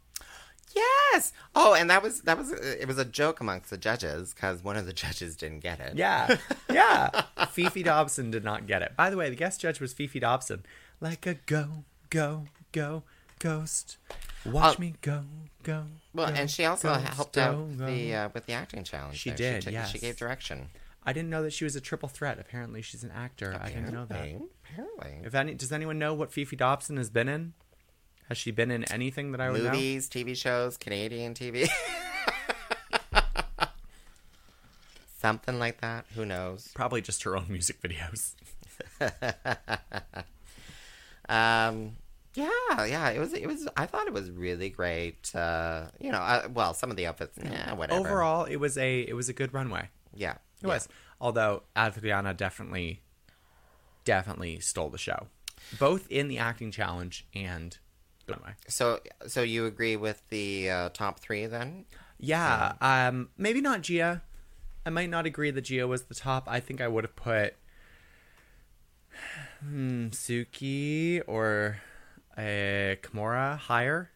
[SPEAKER 1] Yes. Oh, and that was that was it was a joke amongst the judges because one of the [LAUGHS] judges didn't get it. [LAUGHS]
[SPEAKER 3] Yeah. Yeah. Fifi Dobson did not get it. By the way, the guest judge was Fifi Dobson. Like a go, go, go ghost. Watch
[SPEAKER 1] Oh.
[SPEAKER 3] me go, go.
[SPEAKER 1] Well,
[SPEAKER 3] go,
[SPEAKER 1] and she also
[SPEAKER 3] ghost,
[SPEAKER 1] helped
[SPEAKER 3] go,
[SPEAKER 1] out
[SPEAKER 3] go.
[SPEAKER 1] the uh, with the acting challenge.
[SPEAKER 3] She
[SPEAKER 1] there.
[SPEAKER 3] did,
[SPEAKER 1] She,
[SPEAKER 3] yes.
[SPEAKER 1] she gave direction.
[SPEAKER 3] I didn't know that she was a triple threat. Apparently, she's an actor. I didn't know that.
[SPEAKER 1] Apparently. Apparently.
[SPEAKER 3] If any, does anyone know what Fifi Dobson has been in? Has she been in anything that I would know?
[SPEAKER 1] Movies, TV shows, Canadian TV. [LAUGHS] Something like that. Who knows?
[SPEAKER 3] Probably just her own [LAUGHS] music videos.
[SPEAKER 1] Um, yeah, yeah. It was. It was. I thought it was really great. Uh, you know. Uh, well, some of the outfits. Yeah. Whatever.
[SPEAKER 3] Overall, it was a it was a good runway.
[SPEAKER 1] Yeah.
[SPEAKER 3] It was. Although Adriana definitely, definitely stole the show, both in the acting challenge and the runway.
[SPEAKER 1] So, so you agree with the uh, top three then?
[SPEAKER 3] Yeah, um, maybe not Gia. I might not agree that Gia was the top. I think I would have put hmm, Suki or uh, Kimura higher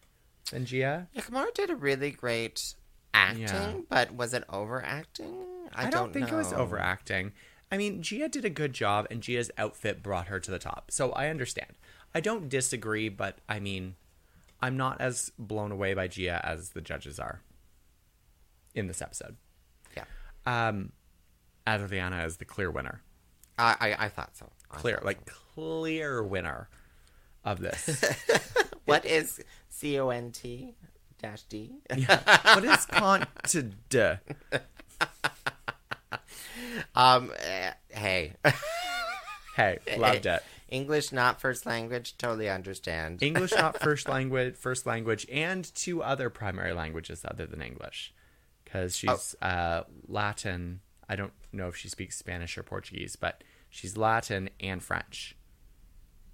[SPEAKER 3] than Gia.
[SPEAKER 1] Yeah, Kamara did a really great acting,
[SPEAKER 3] Yeah.
[SPEAKER 1] but was it overacting? I,
[SPEAKER 3] I, don't, think it was
[SPEAKER 1] know.
[SPEAKER 3] overacting. I mean, Gia did a good job, and Gia's outfit brought her to the top, so I understand. I don't disagree, but I mean, I'm not as blown away by Gia as the judges are in this episode.
[SPEAKER 1] Yeah,
[SPEAKER 3] Um, Adriana is the clear winner.
[SPEAKER 1] I, I, I thought so. I
[SPEAKER 3] clear,
[SPEAKER 1] thought
[SPEAKER 3] like clear winner of this.
[SPEAKER 1] so. what is C O N T dash D?
[SPEAKER 3] [LAUGHS] what is conted?
[SPEAKER 1] [LAUGHS] Um, eh, hey, [LAUGHS]
[SPEAKER 3] Hey, loved it.
[SPEAKER 1] English not first language. Totally understand.
[SPEAKER 3] English [LAUGHS] not first language, first language, and two other primary languages other than English, because she's uh, Latin. I don't know if she speaks Spanish or Portuguese, but she's Latin and French.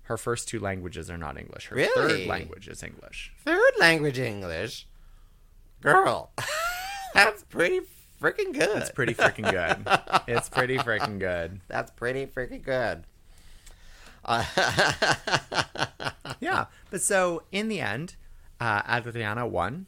[SPEAKER 3] Her first two languages are not English. Her
[SPEAKER 1] Really?
[SPEAKER 3] third language is English.
[SPEAKER 1] Third language English, girl. [LAUGHS] that's pretty freaking good.
[SPEAKER 3] It's pretty freaking [LAUGHS] good. it's pretty freaking good.
[SPEAKER 1] That's pretty freaking good.
[SPEAKER 3] Yeah. But so in the end, uh, Adriana won,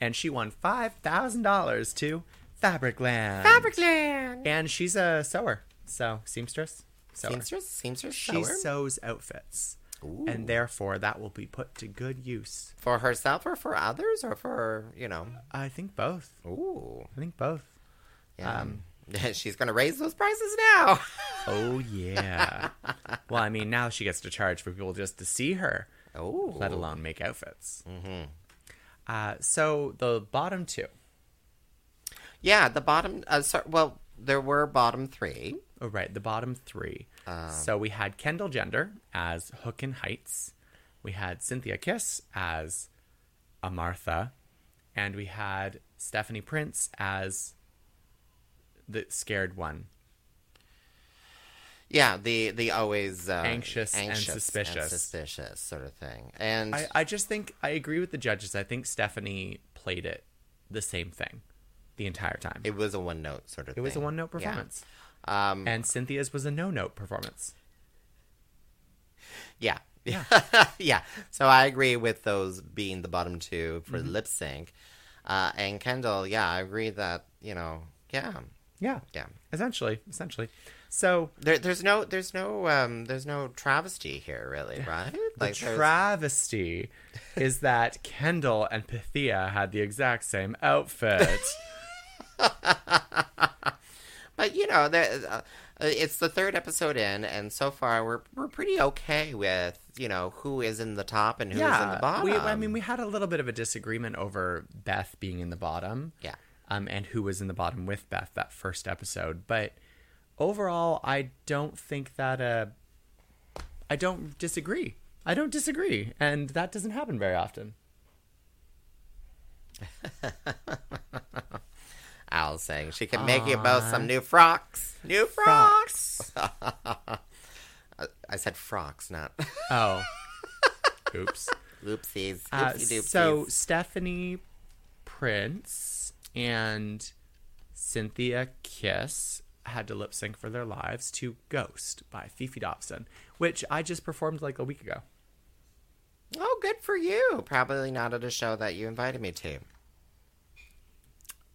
[SPEAKER 3] and she won five thousand dollars to Fabricland.
[SPEAKER 1] Fabricland.
[SPEAKER 3] And she's a sewer, so seamstress. Sewer.
[SPEAKER 1] Seamstress, seamstress,
[SPEAKER 3] She
[SPEAKER 1] sewer?
[SPEAKER 3] sews outfits, and therefore that will be put to good use.
[SPEAKER 1] for herself or for others or for you know.
[SPEAKER 3] I think both.
[SPEAKER 1] Ooh,
[SPEAKER 3] I think both.
[SPEAKER 1] yeah.
[SPEAKER 3] Um,
[SPEAKER 1] [LAUGHS] She's gonna raise those prices now. [LAUGHS]
[SPEAKER 3] Oh yeah. [LAUGHS] well, I mean, now she gets to charge for people just to see her.
[SPEAKER 1] Oh,
[SPEAKER 3] let alone make outfits. Mm-hmm. Uh, so the bottom two.
[SPEAKER 1] yeah. The bottom. Uh, so, well, there were bottom three.
[SPEAKER 3] Oh, right, the bottom three. so we had Kendall Gender as Hook and Heights. We had Cynthia Kiss as Amartha. And we had Stephanie Prince as the scared one.
[SPEAKER 1] Yeah, the the always uh,
[SPEAKER 3] Anxious and suspicious.
[SPEAKER 1] suspicious sort of thing. And
[SPEAKER 3] I, I just think I agree with the judges. I think Stephanie played it the same thing the entire time. It,
[SPEAKER 1] it was a one note sort of. thing.
[SPEAKER 3] was a one note
[SPEAKER 1] Yeah.
[SPEAKER 3] performance.
[SPEAKER 1] Um,
[SPEAKER 3] And Cynthia's was a no note performance.
[SPEAKER 1] Yeah. Yeah. [LAUGHS] yeah. So I agree with those being the bottom two for
[SPEAKER 3] Mm-hmm.
[SPEAKER 1] lip sync. Uh, and Kendall, yeah, I agree that, you know, yeah.
[SPEAKER 3] Yeah.
[SPEAKER 1] Yeah.
[SPEAKER 3] Essentially. Essentially. So
[SPEAKER 1] There, there's no there's no um there's no travesty here really, right?
[SPEAKER 3] the
[SPEAKER 1] there's-
[SPEAKER 3] travesty
[SPEAKER 1] [LAUGHS]
[SPEAKER 3] is that Kendall and Pythia had the exact same
[SPEAKER 1] [LAUGHS]
[SPEAKER 3] outfit.
[SPEAKER 1] but you know, there, uh, it's the third episode in and so far we're we're pretty okay with, you know, who is in the top and who's in the bottom.
[SPEAKER 3] we, I mean, we had a little bit of a disagreement over Beth being in the bottom.
[SPEAKER 1] Yeah.
[SPEAKER 3] Um, and who was in the bottom with Beth that first episode, but overall, I don't think that uh, I don't disagree. I don't disagree, and that doesn't happen very
[SPEAKER 1] [LAUGHS]
[SPEAKER 3] often.
[SPEAKER 1] Al saying she can make you both some new frocks. New frocks. [LAUGHS] I said frocks, not [LAUGHS]
[SPEAKER 3] Oh, oops.
[SPEAKER 1] Oopsies.
[SPEAKER 3] Uh,
[SPEAKER 1] Oopsie
[SPEAKER 3] so
[SPEAKER 1] doopsies.
[SPEAKER 3] Stephanie Prince and Cynthia Kiss had to lip sync for their lives to "Ghost" by Fifi Dobson, which I just performed like a week ago.
[SPEAKER 1] oh, good for you. Probably not at a show that you invited me to.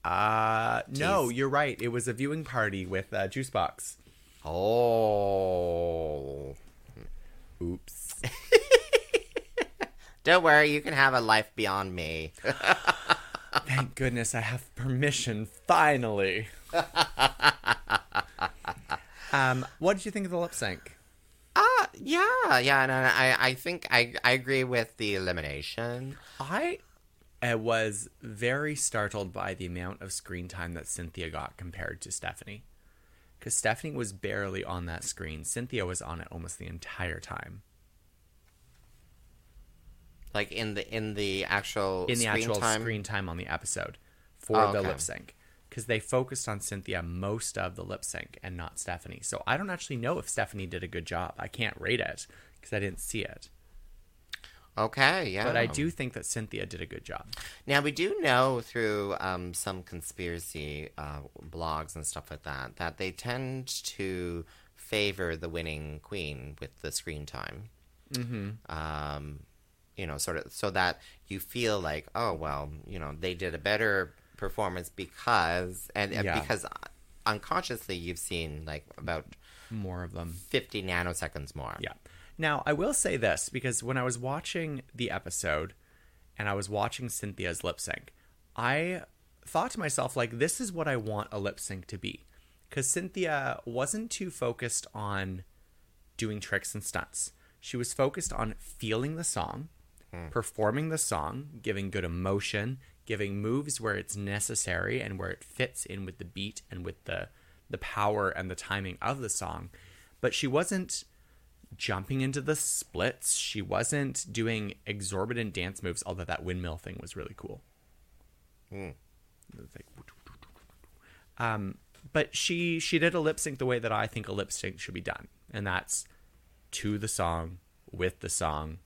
[SPEAKER 3] Uh, no,
[SPEAKER 1] Jeez.
[SPEAKER 3] you're right. It was a viewing party with uh, Juicebox.
[SPEAKER 1] Oh.
[SPEAKER 3] Oops.
[SPEAKER 1] [LAUGHS] Don't worry, you can have a life beyond
[SPEAKER 3] [LAUGHS]
[SPEAKER 1] me. Uh,
[SPEAKER 3] Thank [LAUGHS] goodness I have permission finally. um, what did you think of the lip sync?
[SPEAKER 1] Uh, yeah, yeah, and I, I think I, I agree with the elimination.
[SPEAKER 3] I uh, was very startled by the amount of screen time that Cynthia got compared to Stephanie. Because Stephanie was barely on that screen. Cynthia was on it almost the entire time.
[SPEAKER 1] Like in the in the actual
[SPEAKER 3] In the
[SPEAKER 1] screen
[SPEAKER 3] actual
[SPEAKER 1] time.
[SPEAKER 3] screen time on the episode for
[SPEAKER 1] Oh,
[SPEAKER 3] the
[SPEAKER 1] okay.
[SPEAKER 3] lip sync. because they focused on Cynthia most of the lip sync and not Stephanie. So I don't actually know if Stephanie did a good job. I can't rate it because I didn't see it.
[SPEAKER 1] Okay, yeah.
[SPEAKER 3] But I do think that Cynthia did a good job.
[SPEAKER 1] Now we do know through um, some conspiracy uh, blogs and stuff like that that they tend to favor the winning queen with the screen time. Mm-hmm. Um, you know, sort of so that you feel like, oh well, you know, they did a better performance because and, and
[SPEAKER 3] Yeah.
[SPEAKER 1] because unconsciously you've seen like about
[SPEAKER 3] More of them.
[SPEAKER 1] 50 nanoseconds more.
[SPEAKER 3] Yeah. Now, I will say this because when I was watching the episode and I was watching Cynthia's lip sync, I thought to myself, like, this is what I want a lip sync to be. Because Cynthia wasn't too focused on doing tricks and stunts. She was focused on feeling the song, performing the song, giving good emotion, giving moves where it's necessary and where it fits in with the beat and with the the power and the timing of the song. But she wasn't jumping into the splits. She wasn't doing exorbitant dance moves, although that windmill thing was really cool. It's like- Um, but she she did a lip sync the way that I think a lip sync should be done, and that's to the song, with the song,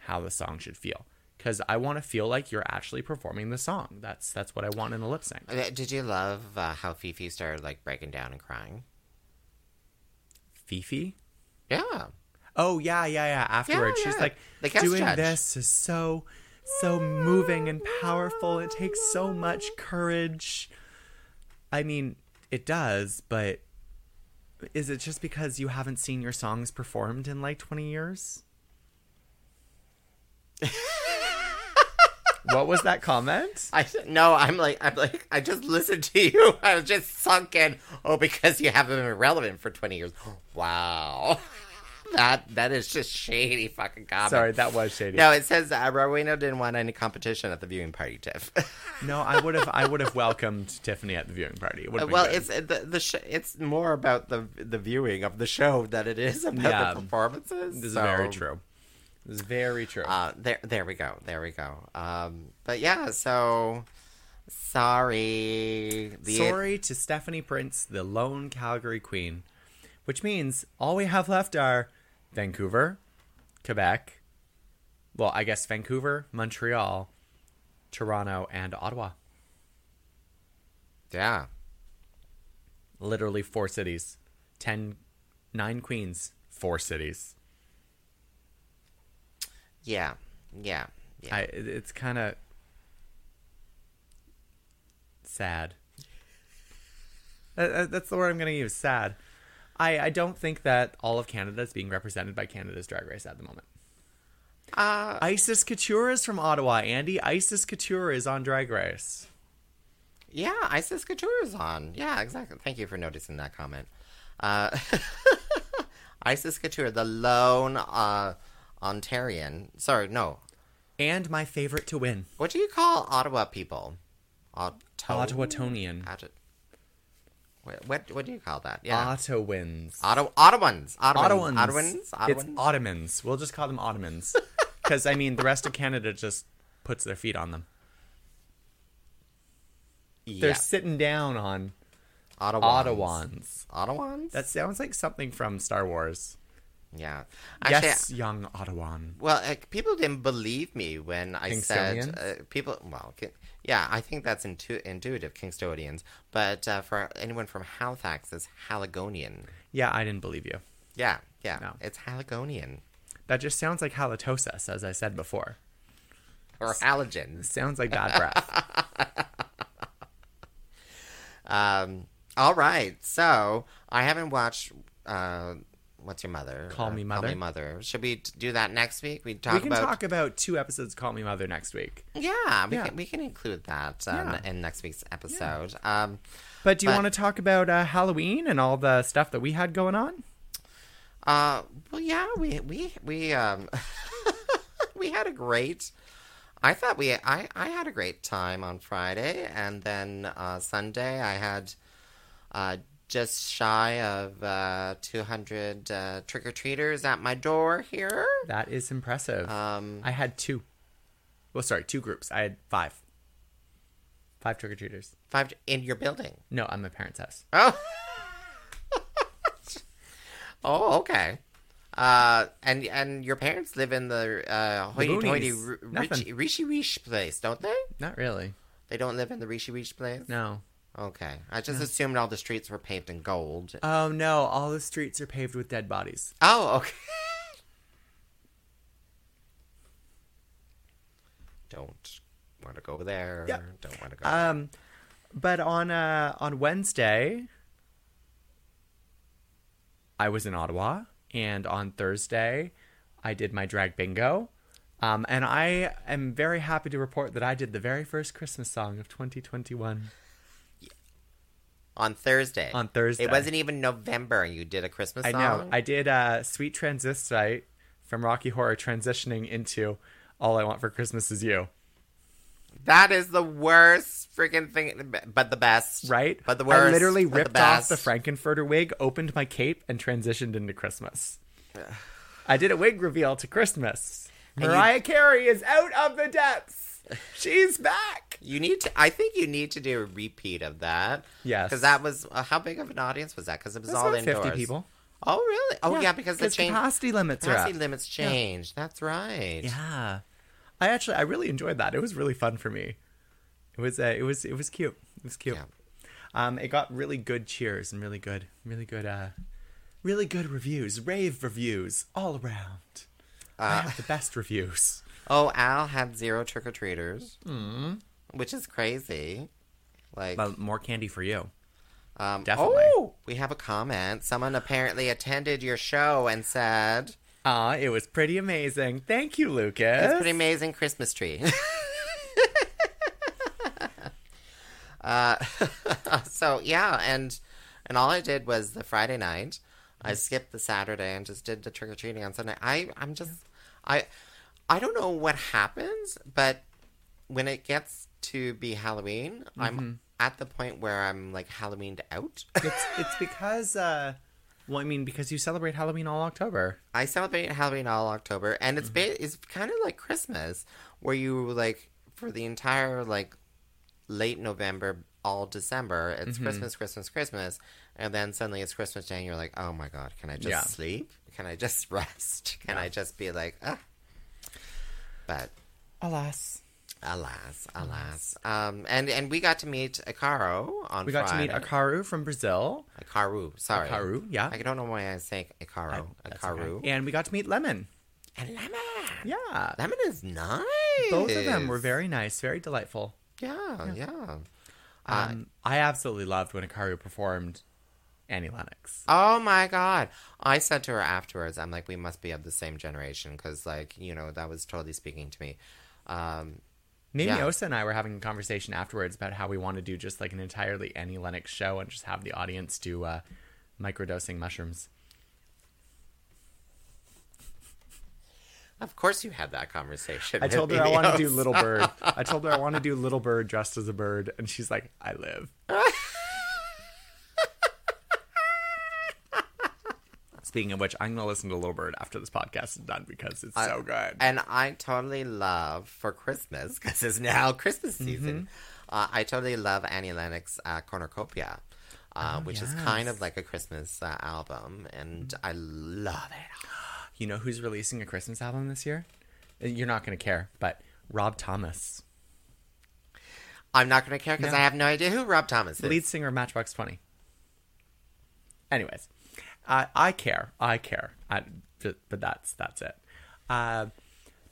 [SPEAKER 3] how the song should feel. Because I want to feel like you're actually performing the song. That's that's what I want in a lip sync.
[SPEAKER 1] Uh, Did you love uh, how Fifi started like breaking down and crying?
[SPEAKER 3] Fifi.
[SPEAKER 1] Yeah.
[SPEAKER 3] Oh yeah, yeah, yeah. Afterwards, she's
[SPEAKER 1] yeah.
[SPEAKER 3] like,
[SPEAKER 1] The guest
[SPEAKER 3] doing
[SPEAKER 1] judge.
[SPEAKER 3] this is so, so moving and powerful. It takes so much courage. I mean, it does, but is it just because you haven't seen your songs performed in like
[SPEAKER 1] [LAUGHS]
[SPEAKER 3] twenty years? what was that comment?
[SPEAKER 1] I no, I'm like I'm like I just listened to you. [LAUGHS] I was just sunk in. Oh, because you haven't been relevant for twenty years. Wow, [LAUGHS] that that is just shady fucking comment.
[SPEAKER 3] Sorry, that was shady.
[SPEAKER 1] [LAUGHS] No, it says uh, Rowena didn't want any competition at the viewing party, Tiff. [LAUGHS]
[SPEAKER 3] No, I would have, I would have welcomed Tiffany at the viewing party. It would have been
[SPEAKER 1] well,
[SPEAKER 3] good.
[SPEAKER 1] it's uh, the the sh- it's more about the the viewing of the show than it is about
[SPEAKER 3] Yeah.
[SPEAKER 1] the performances.
[SPEAKER 3] this
[SPEAKER 1] so,
[SPEAKER 3] is very true. This is very true.
[SPEAKER 1] Uh, there there we go. There we go. Um, but yeah, so sorry. The-
[SPEAKER 3] Sorry to Stephanie Prince, the lone Calgary queen, which means all we have left are Vancouver, Quebec, well, I guess Vancouver, Montreal, Toronto, and Ottawa.
[SPEAKER 1] Yeah.
[SPEAKER 3] Literally four cities. Ten, nine queens, four cities.
[SPEAKER 1] Yeah, yeah, yeah.
[SPEAKER 3] I, it- it's kind of sad. That- that- That's the word I'm going to use. Sad. I, I don't think that all of Canada is being represented by Canada's Drag Race at the moment.
[SPEAKER 1] Uh,
[SPEAKER 3] Isis Couture is from Ottawa, Andy. Isis Couture is on Drag Race.
[SPEAKER 1] yeah, Isis Couture is on. Yeah, exactly. Thank you for noticing that comment. Uh, [LAUGHS] Isis Couture, the lone uh, Ontarian. Sorry, no.
[SPEAKER 3] And my favorite to win,
[SPEAKER 1] What do you call Ottawa people? Otto-
[SPEAKER 3] Ottawatonian.
[SPEAKER 1] Otta- What, what what do you call that? Yeah.
[SPEAKER 3] Ottawans.
[SPEAKER 1] Otto- Ottawans. Ottawans.
[SPEAKER 3] Ottawans.
[SPEAKER 1] Ottawans.
[SPEAKER 3] It's
[SPEAKER 1] Ottawans.
[SPEAKER 3] Ottomans. We'll just call
[SPEAKER 1] [LAUGHS]
[SPEAKER 3] them Ottomans. Because, I mean, the rest of Canada just puts their feet on them. They're
[SPEAKER 1] Yeah.
[SPEAKER 3] sitting down on
[SPEAKER 1] Ottawans.
[SPEAKER 3] Ottawans.
[SPEAKER 1] Ottawans.
[SPEAKER 3] That sounds like something from Star Wars.
[SPEAKER 1] yeah. Actually,
[SPEAKER 3] yes, young Ottawan.
[SPEAKER 1] Well, uh, people didn't believe me when I said
[SPEAKER 3] Kingstonians?
[SPEAKER 1] uh, people. Well, ki- yeah, I think that's intu- intuitive, Kingstonians. But uh, for anyone from Halifax, it's Haligonian.
[SPEAKER 3] Yeah, I didn't believe you.
[SPEAKER 1] Yeah, yeah,
[SPEAKER 3] No.
[SPEAKER 1] it's Haligonian
[SPEAKER 3] That just sounds like halitosis, as I said before.
[SPEAKER 1] or halogens.
[SPEAKER 3] Sounds like
[SPEAKER 1] [LAUGHS]
[SPEAKER 3] bad breath.
[SPEAKER 1] Um, all right, so I haven't watched. Uh, what's your mother?
[SPEAKER 3] Call
[SPEAKER 1] Uh,
[SPEAKER 3] Me
[SPEAKER 1] Call
[SPEAKER 3] Mother?
[SPEAKER 1] me mother. Should we t- do that next week? We talk
[SPEAKER 3] we can
[SPEAKER 1] about.
[SPEAKER 3] talk about two episodes of Call Me Mother next week.
[SPEAKER 1] Yeah, we
[SPEAKER 3] Yeah.
[SPEAKER 1] can we can include that um,
[SPEAKER 3] Yeah.
[SPEAKER 1] in next week's episode. Um,
[SPEAKER 3] But do you
[SPEAKER 1] But-
[SPEAKER 3] want to talk about uh, Halloween and all the stuff that we had going on?
[SPEAKER 1] Uh, well, yeah, we we we um [LAUGHS] we had a great. I thought we I I had a great time on Friday, and then uh, Sunday I had uh, just shy of uh, two hundred uh, trick or treaters at my door here.
[SPEAKER 3] That is impressive.
[SPEAKER 1] Um,
[SPEAKER 3] I had two. Well, sorry, two groups. I had five. Five trick or treaters.
[SPEAKER 1] Five in your building. [LAUGHS]
[SPEAKER 3] No, at my parents' house.
[SPEAKER 1] Oh. oh, okay. Uh, and and your parents live in the uh, hoity-toity
[SPEAKER 3] boonies.
[SPEAKER 1] ri-
[SPEAKER 3] Nothing.
[SPEAKER 1] richy rish place, don't they?
[SPEAKER 3] Not really.
[SPEAKER 1] They don't live in the richy rish place.
[SPEAKER 3] No.
[SPEAKER 1] Okay, I just assumed all the streets were paved in gold.
[SPEAKER 3] Oh no! All the streets are paved with dead bodies.
[SPEAKER 1] oh, okay. [LAUGHS] don't want to go there.
[SPEAKER 3] Yeah.
[SPEAKER 1] Don't want to go.
[SPEAKER 3] Um, but on uh on Wednesday, I was in Ottawa, and on Thursday, I did my drag bingo. Um, and I am very happy to report that I did the very first Christmas song of 2021.
[SPEAKER 1] on Thursday.
[SPEAKER 3] on Thursday.
[SPEAKER 1] It wasn't even November. and You did a Christmas
[SPEAKER 3] I
[SPEAKER 1] song.
[SPEAKER 3] know. I did uh, Sweet Transistite from Rocky Horror transitioning into All I Want for Christmas Is You.
[SPEAKER 1] That is the worst freaking thing, but the best.
[SPEAKER 3] Right?
[SPEAKER 1] But the worst.
[SPEAKER 3] I literally
[SPEAKER 1] but the
[SPEAKER 3] ripped off
[SPEAKER 1] best.
[SPEAKER 3] the Frankenfurter wig, opened my cape, and transitioned into Christmas. I did a wig reveal to Christmas.
[SPEAKER 1] you-
[SPEAKER 3] Mariah Carey is out of the depths. She's back.
[SPEAKER 1] You need to. I think you need to do a repeat of that.
[SPEAKER 3] Yes.
[SPEAKER 1] Because that was uh, how big of an audience was that? Because it was
[SPEAKER 3] That's
[SPEAKER 1] all
[SPEAKER 3] about 50
[SPEAKER 1] indoors.
[SPEAKER 3] people.
[SPEAKER 1] Oh really? Oh yeah, because the change
[SPEAKER 3] capacity limits
[SPEAKER 1] capacity
[SPEAKER 3] are up.
[SPEAKER 1] limits changed. That's right.
[SPEAKER 3] yeah. I actually I really enjoyed that. It was really fun for me. It was uh, it was it was cute. It was cute.
[SPEAKER 1] Yeah.
[SPEAKER 3] Um, it got really good cheers and really good, really good, uh, really good reviews, rave reviews all around. I have the best [LAUGHS] reviews.
[SPEAKER 1] Oh, Al had zero trick or treaters, mm. which is crazy. Like,
[SPEAKER 3] But more candy for you.
[SPEAKER 1] um,
[SPEAKER 3] definitely.
[SPEAKER 1] Oh, we have a comment. Someone apparently attended your show and said,
[SPEAKER 3] Ah, it was pretty amazing. Thank you, Lucas.
[SPEAKER 1] It's pretty amazing Christmas tree. [LAUGHS] uh, [LAUGHS] so yeah, and and all I did was the Friday night. I skipped the Saturday and just did the trick or treating on Sunday. I I'm just I I don't know what happens, but when it gets to be Halloween, I'm at the point where I'm like Halloweened out.
[SPEAKER 3] [LAUGHS] it's, it's because, uh, well, I mean, because you celebrate Halloween all October.
[SPEAKER 1] I celebrate Halloween all October, and it's
[SPEAKER 3] Mm-hmm.
[SPEAKER 1] ba- it's kind of like Christmas, where you like for the entire like late November, all December, it's
[SPEAKER 3] Mm-hmm.
[SPEAKER 1] Christmas, Christmas, Christmas, and then suddenly it's Christmas Day, and you're like, oh my god, can I just
[SPEAKER 3] Yeah.
[SPEAKER 1] sleep? Can I just [LAUGHS] rest? Can I just be like, ah? But
[SPEAKER 3] Alas.
[SPEAKER 1] alas, alas, um, and and we got to meet Ikaro on
[SPEAKER 3] We got to meet
[SPEAKER 1] Friday.
[SPEAKER 3] Akaru from Brazil.
[SPEAKER 1] Ikaru, sorry,
[SPEAKER 3] Akaru, yeah.
[SPEAKER 1] I don't know why I say Ikaro,
[SPEAKER 3] That's
[SPEAKER 1] Ikaru,
[SPEAKER 3] okay. And we got to meet Lemon.
[SPEAKER 1] and Lemon.
[SPEAKER 3] Yeah.
[SPEAKER 1] Lemon is nice.
[SPEAKER 3] Both of them were very nice, very delightful.
[SPEAKER 1] Yeah, yeah.
[SPEAKER 3] Um, I absolutely loved when Akaru performed Annie Lennox.
[SPEAKER 1] Oh my god! I said to her afterwards, "I'm like, we must be of the same generation because, like, you know, that was totally speaking to me." Um,
[SPEAKER 3] Maybe
[SPEAKER 1] Yeah.
[SPEAKER 3] Osa and I were having a conversation afterwards about how we want to do just like an entirely Annie Lennox show and just have the audience do uh, microdosing mushrooms.
[SPEAKER 1] of course, you had that conversation.
[SPEAKER 3] [LAUGHS] I
[SPEAKER 1] with
[SPEAKER 3] told her I want
[SPEAKER 1] [LAUGHS]
[SPEAKER 3] to do
[SPEAKER 1] Ineos.
[SPEAKER 3] Little [LAUGHS] Bird. I told her I want to do Little Bird dressed as a bird, and she's like, "I live." [LAUGHS] Speaking of which, I'm gonna listen to Little Bird after this podcast is done because it's so good.
[SPEAKER 1] and I totally love for Christmas because it's now Christmas
[SPEAKER 3] Mm-hmm.
[SPEAKER 1] season. Uh, I totally love Annie Lennox uh, Cornucopia,
[SPEAKER 3] Oh,
[SPEAKER 1] uh, which is kind of like a Christmas uh, album, and
[SPEAKER 3] Mm-hmm.
[SPEAKER 1] I love it.
[SPEAKER 3] you know who's releasing a Christmas album this year? Uh, You're not gonna care, but Rob Thomas,
[SPEAKER 1] I'm not going to care because
[SPEAKER 3] No.
[SPEAKER 1] I have no idea who Rob Thomas is.
[SPEAKER 3] lead singer of Matchbox Twenty. Anyways, I I care, I care, I, but but that's that's it. Uh,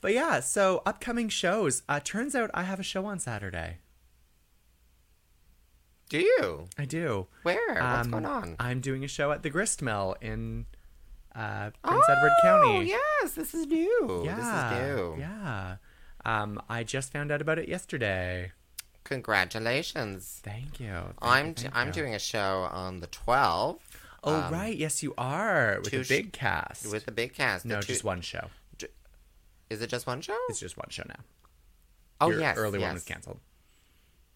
[SPEAKER 3] but yeah, so upcoming shows. Uh, turns out I have a show on Saturday.
[SPEAKER 1] Do you?
[SPEAKER 3] I do.
[SPEAKER 1] Where? What's
[SPEAKER 3] Um,
[SPEAKER 1] going on?
[SPEAKER 3] I'm doing a show at the Grist Mill in uh, Prince Edward County.
[SPEAKER 1] Oh, yes. This is new. This is new.
[SPEAKER 3] Yeah. Um, I just found out about it yesterday.
[SPEAKER 1] Congratulations.
[SPEAKER 3] Thank you. Thank
[SPEAKER 1] I'm
[SPEAKER 3] you,
[SPEAKER 1] d-
[SPEAKER 3] thank
[SPEAKER 1] I'm
[SPEAKER 3] you.
[SPEAKER 1] doing a show on the 12th
[SPEAKER 3] Oh right, yes you are with
[SPEAKER 1] two
[SPEAKER 3] a
[SPEAKER 1] sh-
[SPEAKER 3] big cast.
[SPEAKER 1] with the big cast. The
[SPEAKER 3] no,
[SPEAKER 1] two-
[SPEAKER 3] just one show.
[SPEAKER 1] Is it just one show?
[SPEAKER 3] It's just one show now.
[SPEAKER 1] oh,
[SPEAKER 3] Your
[SPEAKER 1] yes.
[SPEAKER 3] early
[SPEAKER 1] yes.
[SPEAKER 3] one was canceled.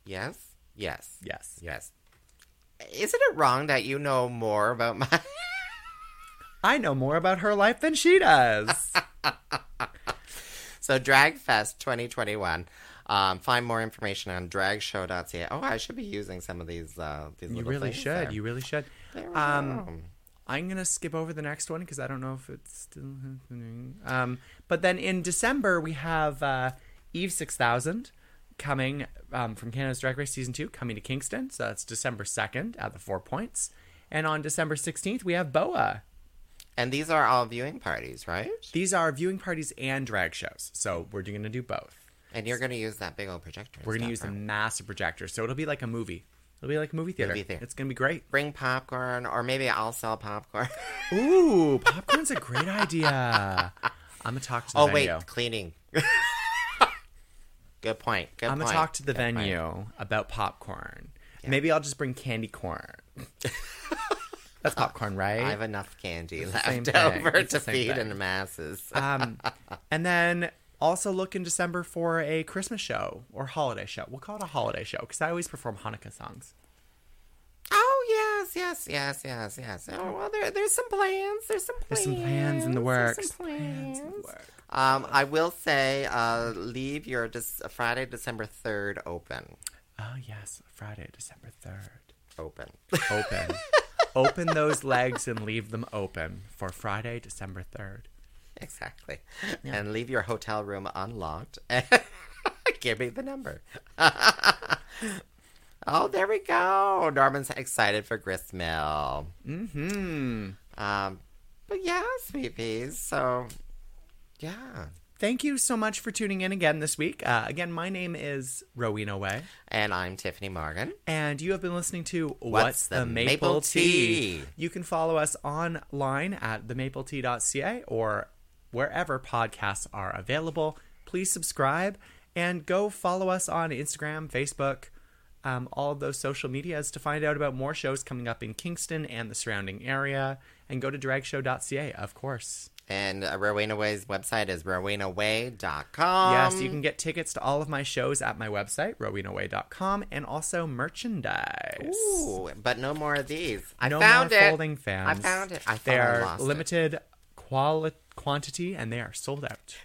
[SPEAKER 1] Yes. Yes.
[SPEAKER 3] Yes.
[SPEAKER 1] Yes. Isn't it wrong that you know more about my. [LAUGHS]
[SPEAKER 3] I know more about her
[SPEAKER 1] [LAUGHS]
[SPEAKER 3] life than she does.
[SPEAKER 1] so, Drag Fest 2021. Um, find more information on dragshow.ca. Oh, I should be using some of these. Uh, these
[SPEAKER 3] You
[SPEAKER 1] little
[SPEAKER 3] really
[SPEAKER 1] things
[SPEAKER 3] should.
[SPEAKER 1] there.
[SPEAKER 3] You really should.
[SPEAKER 1] There we
[SPEAKER 3] Um,
[SPEAKER 1] go.
[SPEAKER 3] I'm gonna skip over the next one because I don't know if it's still happening. Um, but then in December we have uh, Eve Six Thousand coming um, from Canada's Drag Race Season Two, coming to Kingston. So that's December second at the Four Points, and on December sixteenth we have Boa.
[SPEAKER 1] And these are all viewing parties, right?
[SPEAKER 3] These are viewing parties and drag shows, so we're gonna do both.
[SPEAKER 1] And you're going to use that big old projector. and
[SPEAKER 3] We're gonna
[SPEAKER 1] stuff,
[SPEAKER 3] use a
[SPEAKER 1] right?
[SPEAKER 3] massive projector, so it'll be like a movie. It'll be like a movie theater.
[SPEAKER 1] Movie theater.
[SPEAKER 3] It's gonna be great.
[SPEAKER 1] Bring popcorn, or maybe I'll sell
[SPEAKER 3] [LAUGHS]
[SPEAKER 1] popcorn.
[SPEAKER 3] Ooh, popcorn's a great idea. I'm gonna talk to the
[SPEAKER 1] oh, wait,
[SPEAKER 3] venue.
[SPEAKER 1] cleaning. [LAUGHS] Good point. Good
[SPEAKER 3] I'm
[SPEAKER 1] point.
[SPEAKER 3] gonna talk to the
[SPEAKER 1] Good point.
[SPEAKER 3] venue about popcorn. Maybe I'll just bring
[SPEAKER 1] [LAUGHS]
[SPEAKER 3] candy corn. That's popcorn, right?
[SPEAKER 1] I have enough candy [LAUGHS]
[SPEAKER 3] same
[SPEAKER 1] left
[SPEAKER 3] thing.
[SPEAKER 1] over
[SPEAKER 3] It's the
[SPEAKER 1] to
[SPEAKER 3] same
[SPEAKER 1] feed
[SPEAKER 3] thing.
[SPEAKER 1] in masses.
[SPEAKER 3] um, and then also look in December for a Christmas show or holiday show. We'll call it a holiday show because I always perform Hanukkah songs.
[SPEAKER 1] oh yes, yes, yes, yes, yes. Oh well, there, there's some plans. There's some plans.
[SPEAKER 3] There's some plans in the
[SPEAKER 1] There's
[SPEAKER 3] works.
[SPEAKER 1] some plans.
[SPEAKER 3] Plans in the works.
[SPEAKER 1] Um, I will say, uh, leave your dis- Friday, December third, open,
[SPEAKER 3] Oh yes, Friday, December third.
[SPEAKER 1] open.
[SPEAKER 3] Open, [LAUGHS] open those legs and leave them open for Friday, December third.
[SPEAKER 1] exactly, and leave your hotel room unlocked. [LAUGHS] Give me the number. [LAUGHS] oh, there we go. Norman's excited for gristmill.
[SPEAKER 3] Hmm.
[SPEAKER 1] Um, but yeah, sweet peas. So, yeah.
[SPEAKER 3] Thank you so much for tuning in again this week. Uh, again, my name is Rowena Way,
[SPEAKER 1] And I'm Tiffany Morgan.
[SPEAKER 3] and you have been listening to What's,
[SPEAKER 1] the Maple Tea?
[SPEAKER 3] You can follow us online at themapletea.ca or wherever podcasts are available. Please subscribe and go follow us on Instagram, Facebook, um, all of those social medias to find out about more shows coming up in Kingston and the surrounding area. And go to dragshow.ca, of course.
[SPEAKER 1] And uh, Rowena Way's website is rowenaway.com.
[SPEAKER 3] Yes, you can get tickets to all of my shows at my website, rowenaway.com, and also merchandise.
[SPEAKER 1] Ooh, but no more of these. I
[SPEAKER 3] no
[SPEAKER 1] found
[SPEAKER 3] more
[SPEAKER 1] it.
[SPEAKER 3] folding fans.
[SPEAKER 1] I found it. I thought
[SPEAKER 3] they
[SPEAKER 1] I
[SPEAKER 3] are
[SPEAKER 1] lost it.
[SPEAKER 3] limited quali- quantity and they are sold out.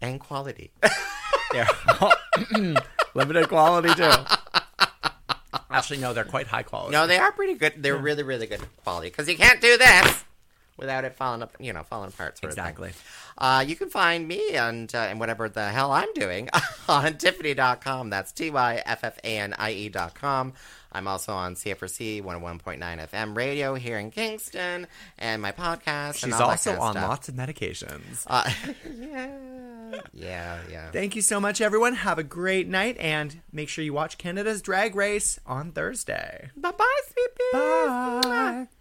[SPEAKER 1] And quality.
[SPEAKER 3] They're [LAUGHS] limited quality too. [LAUGHS] Actually, no, they're quite high quality.
[SPEAKER 1] no, they are pretty good. They're really, really good quality because you can't do this without it falling up, you know, falling apart. Sort of thing.
[SPEAKER 3] exactly.
[SPEAKER 1] Uh, you can find me and uh, and whatever the hell I'm doing [LAUGHS] on Tiffany.com. That's T Y F F A N I E.com. I'm also on CFRC 101.9 FM radio here in Kingston and my podcast. and
[SPEAKER 3] She's
[SPEAKER 1] all that
[SPEAKER 3] also
[SPEAKER 1] kind of
[SPEAKER 3] on
[SPEAKER 1] stuff.
[SPEAKER 3] lots of medications.
[SPEAKER 1] Uh, yeah. [LAUGHS] Yeah, yeah.
[SPEAKER 3] Thank you so much, everyone. Have a great night and make sure you watch Canada's Drag Race on Thursday.
[SPEAKER 1] Bye bye, sweet pea.
[SPEAKER 3] Bye.